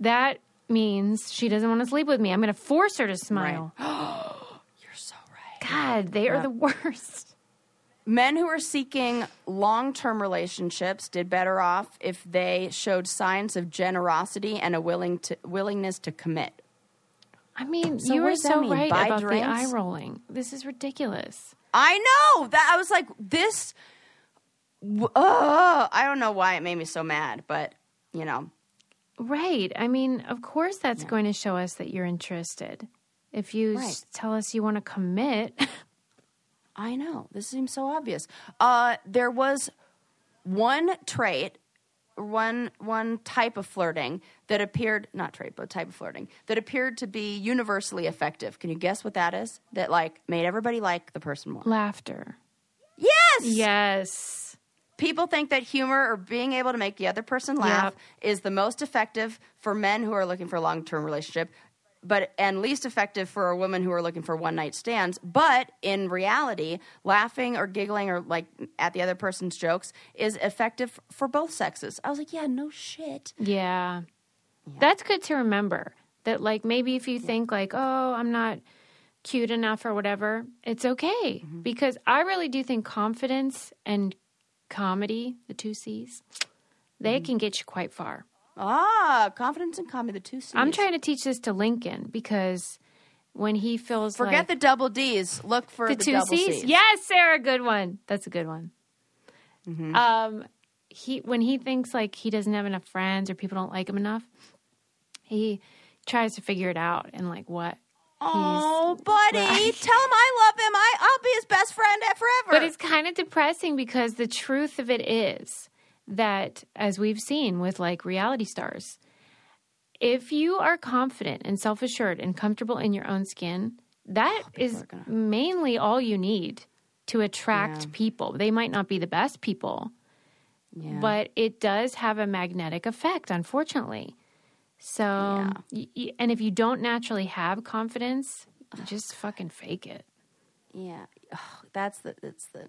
Speaker 1: that means she doesn't want to sleep with me. I'm going to force her to smile."
Speaker 2: You're so right.
Speaker 1: God, they are the worst.
Speaker 2: Men who are seeking long-term relationships did better off if they showed signs of generosity and a willing to, willingness to commit.
Speaker 1: I mean,
Speaker 2: So
Speaker 1: you
Speaker 2: what
Speaker 1: are
Speaker 2: does that
Speaker 1: so
Speaker 2: mean?
Speaker 1: right
Speaker 2: Buy
Speaker 1: about
Speaker 2: drinks?
Speaker 1: the eye rolling. This is ridiculous.
Speaker 2: I know that I was like this. w- Ugh, I don't know why it made me so mad, but you know,
Speaker 1: Right. I mean, of course that's going to show us that you're interested. If you s- tell us you want to commit,
Speaker 2: I know this seems so obvious. Uh, there was one trait, one one type of flirting that appeared not trait, but type of flirting that appeared to be universally effective. Can you guess what that is? That like made everybody like the person more.
Speaker 1: laughter.
Speaker 2: Yes.
Speaker 1: Yes.
Speaker 2: People think that humor or being able to make the other person laugh is the most effective for men who are looking for a long-term relationship, but and least effective for a woman who are looking for one-night stands. But in reality, laughing or giggling or like at the other person's jokes is effective for both sexes. I was like, yeah, no shit.
Speaker 1: Yeah. That's good to remember that, like, maybe if you think, like, oh, I'm not cute enough or whatever, it's okay.
Speaker 2: Mm-hmm.
Speaker 1: Because I really do think confidence and comedy, the two C's,
Speaker 2: Mm-hmm.
Speaker 1: they can get you quite far.
Speaker 2: Ah, confidence and comedy, the two C's.
Speaker 1: I'm trying to teach this to Lincoln because when he feels
Speaker 2: forget
Speaker 1: like,
Speaker 2: the double D's. Look for the,
Speaker 1: the two
Speaker 2: double
Speaker 1: C's. Yes, Sarah, good one. That's a good one.
Speaker 2: Mm-hmm.
Speaker 1: Um, he when he thinks like he doesn't have enough friends or people don't like him enough, he tries to figure it out and like what.
Speaker 2: Oh, buddy, tell him I love him. I, I'll be his best friend e, forever.
Speaker 1: But it's kind of depressing because the truth of it is that as we've seen with like reality stars, if you are confident and self-assured and comfortable in your own skin, that is mainly all you need to attract people. They might not be the best people, but it does have a magnetic effect, unfortunately. So, y- y- and if you don't naturally have confidence, just fucking fake it.
Speaker 2: Yeah, Ugh, that's the it's the.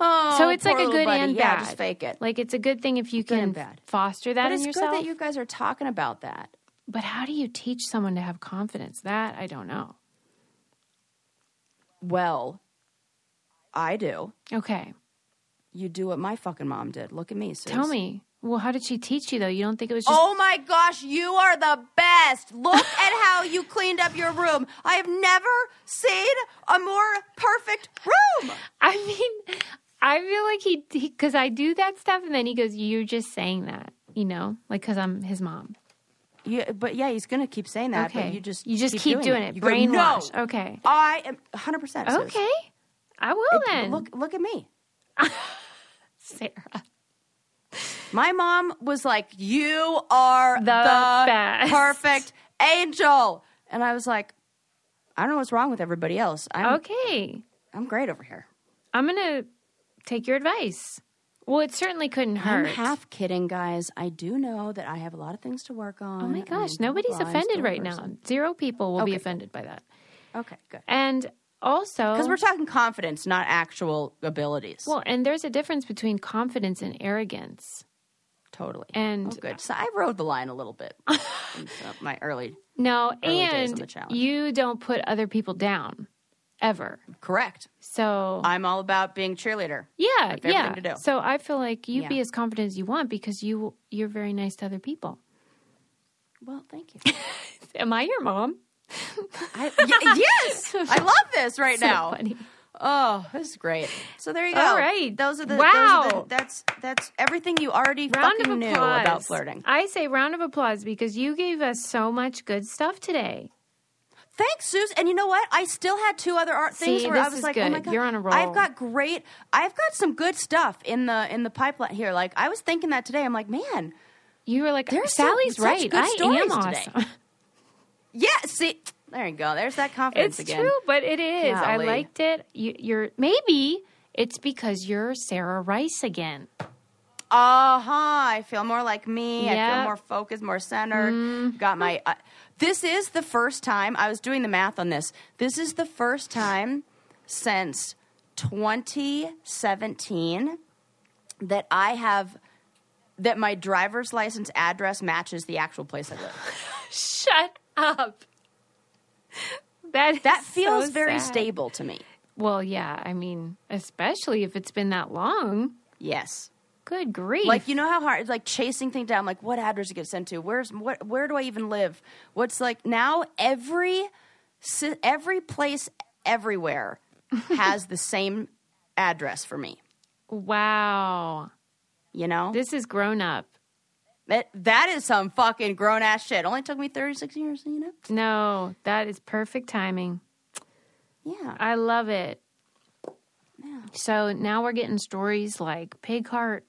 Speaker 2: Oh,
Speaker 1: so it's like
Speaker 2: poor
Speaker 1: a
Speaker 2: little
Speaker 1: good
Speaker 2: buddy.
Speaker 1: and
Speaker 2: yeah,
Speaker 1: bad.
Speaker 2: Just fake it.
Speaker 1: Like it's a good thing if you
Speaker 2: Good
Speaker 1: can
Speaker 2: and bad.
Speaker 1: foster that
Speaker 2: but
Speaker 1: in
Speaker 2: it's
Speaker 1: yourself.
Speaker 2: good that you guys are talking about that.
Speaker 1: But how do you teach someone to have confidence? That I don't know.
Speaker 2: Well, I do.
Speaker 1: Okay,
Speaker 2: You do what my fucking mom did. Look at me. Sus.
Speaker 1: tell me. Well, how did she teach you though? You don't think it was just
Speaker 2: Oh my gosh, you are the best. Look at how you cleaned up your room. I have never seen a more perfect room.
Speaker 1: I mean, I feel like he because I do that stuff, and then he goes, "You're just saying that," you know, like because I'm his mom.
Speaker 2: Yeah, but yeah, he's gonna keep saying that.
Speaker 1: okay,
Speaker 2: But you just
Speaker 1: you just keep, doing it.
Speaker 2: You go,
Speaker 1: Brainwash.
Speaker 2: no,
Speaker 1: Okay,
Speaker 2: I am 100. percent
Speaker 1: okay. I will then.
Speaker 2: Look, look at me.
Speaker 1: Sarah,
Speaker 2: My mom was like, "You are the,
Speaker 1: best."
Speaker 2: perfect angel," and I was like, "I don't know what's wrong with everybody else. I'm
Speaker 1: okay.
Speaker 2: I'm great over here."
Speaker 1: I'm gonna take your advice. Well, it certainly couldn't
Speaker 2: I'm
Speaker 1: hurt.
Speaker 2: half kidding, guys. I do know that I have a lot of things to work on.
Speaker 1: Oh my
Speaker 2: I'm
Speaker 1: gosh,
Speaker 2: blah, blah,
Speaker 1: nobody's
Speaker 2: blah. I'm
Speaker 1: offended
Speaker 2: still a
Speaker 1: right now.
Speaker 2: person.
Speaker 1: Zero people will be
Speaker 2: Okay.
Speaker 1: offended by that.
Speaker 2: Okay, good.
Speaker 1: And also,
Speaker 2: Because we're talking confidence, not actual abilities.
Speaker 1: well, and there's a difference between confidence and arrogance.
Speaker 2: Totally.
Speaker 1: And
Speaker 2: Oh, good. So I rode the line a little bit. in some- my early.
Speaker 1: no,
Speaker 2: Early days on the
Speaker 1: and
Speaker 2: challenge.
Speaker 1: you don't put other people down ever.
Speaker 2: Correct.
Speaker 1: So
Speaker 2: I'm all about being cheerleader.
Speaker 1: yeah,
Speaker 2: everything
Speaker 1: yeah.
Speaker 2: to do.
Speaker 1: So I feel like you
Speaker 2: Yeah.
Speaker 1: be as confident as you want because you you're very nice to other people.
Speaker 2: Well, thank you.
Speaker 1: Am I your mom?
Speaker 2: I, y- yes, I love this right now.
Speaker 1: funny.
Speaker 2: Oh, this is great. So there you go.
Speaker 1: All right.
Speaker 2: those are the Those are
Speaker 1: Wow.
Speaker 2: the, that's that's everything you already
Speaker 1: Round
Speaker 2: fucking
Speaker 1: of
Speaker 2: knew
Speaker 1: applause
Speaker 2: about flirting.
Speaker 1: I say round of applause because you gave us so much good stuff today.
Speaker 2: Thanks, Suze. And you know what? I still had two other art
Speaker 1: See,
Speaker 2: things where I
Speaker 1: this
Speaker 2: was
Speaker 1: is
Speaker 2: like, "Oh
Speaker 1: good.
Speaker 2: my god,
Speaker 1: You're on a roll."
Speaker 2: I've got great. I've got some good stuff in the in the pipeline here. Like I was thinking that today. I'm like, man,
Speaker 1: You were like,
Speaker 2: There's some-
Speaker 1: Sally's
Speaker 2: such
Speaker 1: right.
Speaker 2: good
Speaker 1: I
Speaker 2: stories
Speaker 1: am
Speaker 2: today.
Speaker 1: awesome.
Speaker 2: yeah. See, there you go. There's that confidence
Speaker 1: It's
Speaker 2: again.
Speaker 1: true, but it is. I
Speaker 2: Golly.
Speaker 1: liked it. You, you're maybe it's because you're Sarah Rice again.
Speaker 2: Uh huh. I feel more like me. I feel
Speaker 1: Yep. Mm-hmm.
Speaker 2: more focused, more centered. Got my. Uh, this is the first time I was doing the math on this. This is the first time since 2017 that I have that my driver's license address matches the actual place I live.
Speaker 1: Shut up. That is
Speaker 2: That
Speaker 1: so
Speaker 2: feels very
Speaker 1: sad.
Speaker 2: stable to me.
Speaker 1: Well, yeah. I mean, especially if it's been that long.
Speaker 2: Yes.
Speaker 1: Good grief!
Speaker 2: Like you know how hard it's like chasing things down. Like what address to get sent to? Where's what? Where do I even live? What's like now? Every si- every place everywhere has the same address for me.
Speaker 1: wow,
Speaker 2: You know
Speaker 1: this is grown up.
Speaker 2: that that is some fucking grown ass shit. Only took me thirty six years. You know.
Speaker 1: No, that is perfect timing.
Speaker 2: Yeah.
Speaker 1: I love it. So now we're getting stories like pig heart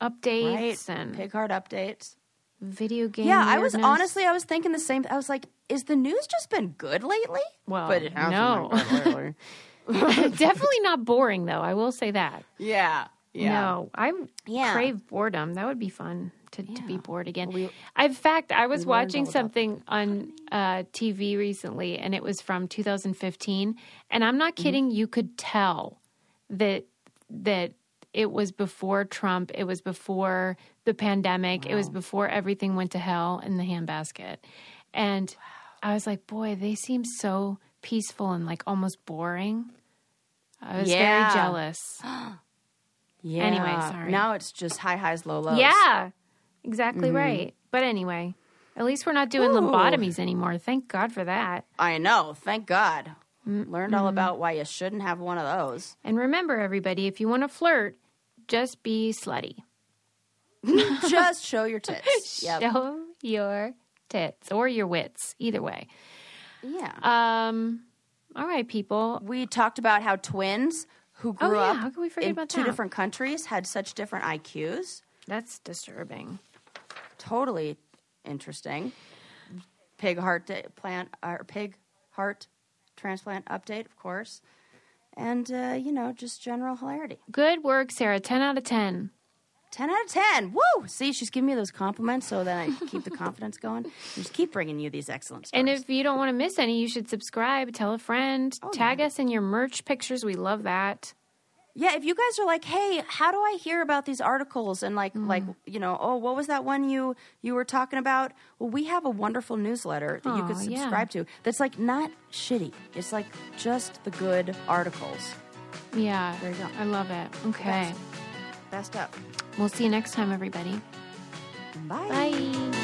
Speaker 1: updates and
Speaker 2: Pig heart updates.
Speaker 1: video game.
Speaker 2: Yeah, I was
Speaker 1: weirdness.
Speaker 2: honestly I was thinking the same. I was like, is the news just been good lately?
Speaker 1: Well,
Speaker 2: but it hasn't
Speaker 1: no.
Speaker 2: been good lately.
Speaker 1: Definitely not boring, though. I will say that.
Speaker 2: yeah. Yeah.
Speaker 1: No, I
Speaker 2: Yeah.
Speaker 1: crave boredom. That would be fun to, to be bored again. In fact, I was watching something on uh, TV recently, and it was from 2015. And I'm
Speaker 2: Mm-hmm.
Speaker 1: not kidding. You could tell that that it was before Trump. It was before the pandemic. It was before everything went to hell in the handbasket. And I was like, boy, they seem so peaceful and like almost boring. I was
Speaker 2: Yeah.
Speaker 1: very jealous.
Speaker 2: Yeah.
Speaker 1: Anyway, sorry.
Speaker 2: Now it's just high highs, low lows.
Speaker 1: Yeah, exactly
Speaker 2: Mm-hmm.
Speaker 1: right. But anyway, at least we're not doing lobotomies anymore. Thank God for that.
Speaker 2: I know. Thank God.
Speaker 1: Mm-hmm.
Speaker 2: Learned all about why you shouldn't have one of those.
Speaker 1: And remember, everybody, if you want to flirt, just be slutty.
Speaker 2: Just show your tits. Yep.
Speaker 1: Show your tits or your wits, either way.
Speaker 2: Yeah.
Speaker 1: Um, all right, people.
Speaker 2: we talked about how twins who grew
Speaker 1: Oh, yeah.
Speaker 2: up
Speaker 1: How could we forget
Speaker 2: in
Speaker 1: about
Speaker 2: two
Speaker 1: that?
Speaker 2: different countries had such different IQs.
Speaker 1: That's disturbing.
Speaker 2: Totally interesting. Pig heart da- plant uh, or pig heart transplant update, of course. And uh, you know, just general hilarity.
Speaker 1: Good work, Sarah. 10 out of 10.
Speaker 2: 10 out of 10. Woo! See, she's giving me those compliments so that I keep the confidence going. Just keep bringing you these excellent stories.
Speaker 1: And if you don't want to miss any, you should subscribe, tell a friend,
Speaker 2: Oh,
Speaker 1: tag us in your merch pictures. We love that.
Speaker 2: yeah, if you guys are like, "Hey, how do I hear about these articles?" and like like,
Speaker 1: Mm.
Speaker 2: you know, "Oh, what was that one you you were talking about?" Well, we have a wonderful newsletter that you
Speaker 1: Aw,
Speaker 2: could
Speaker 1: yeah.
Speaker 2: subscribe to. That's like not shitty. It's like just the good articles.
Speaker 1: Yeah.
Speaker 2: There you go.
Speaker 1: I love it. Okay.
Speaker 2: Best up.
Speaker 1: We'll see you next time, everybody. Bye.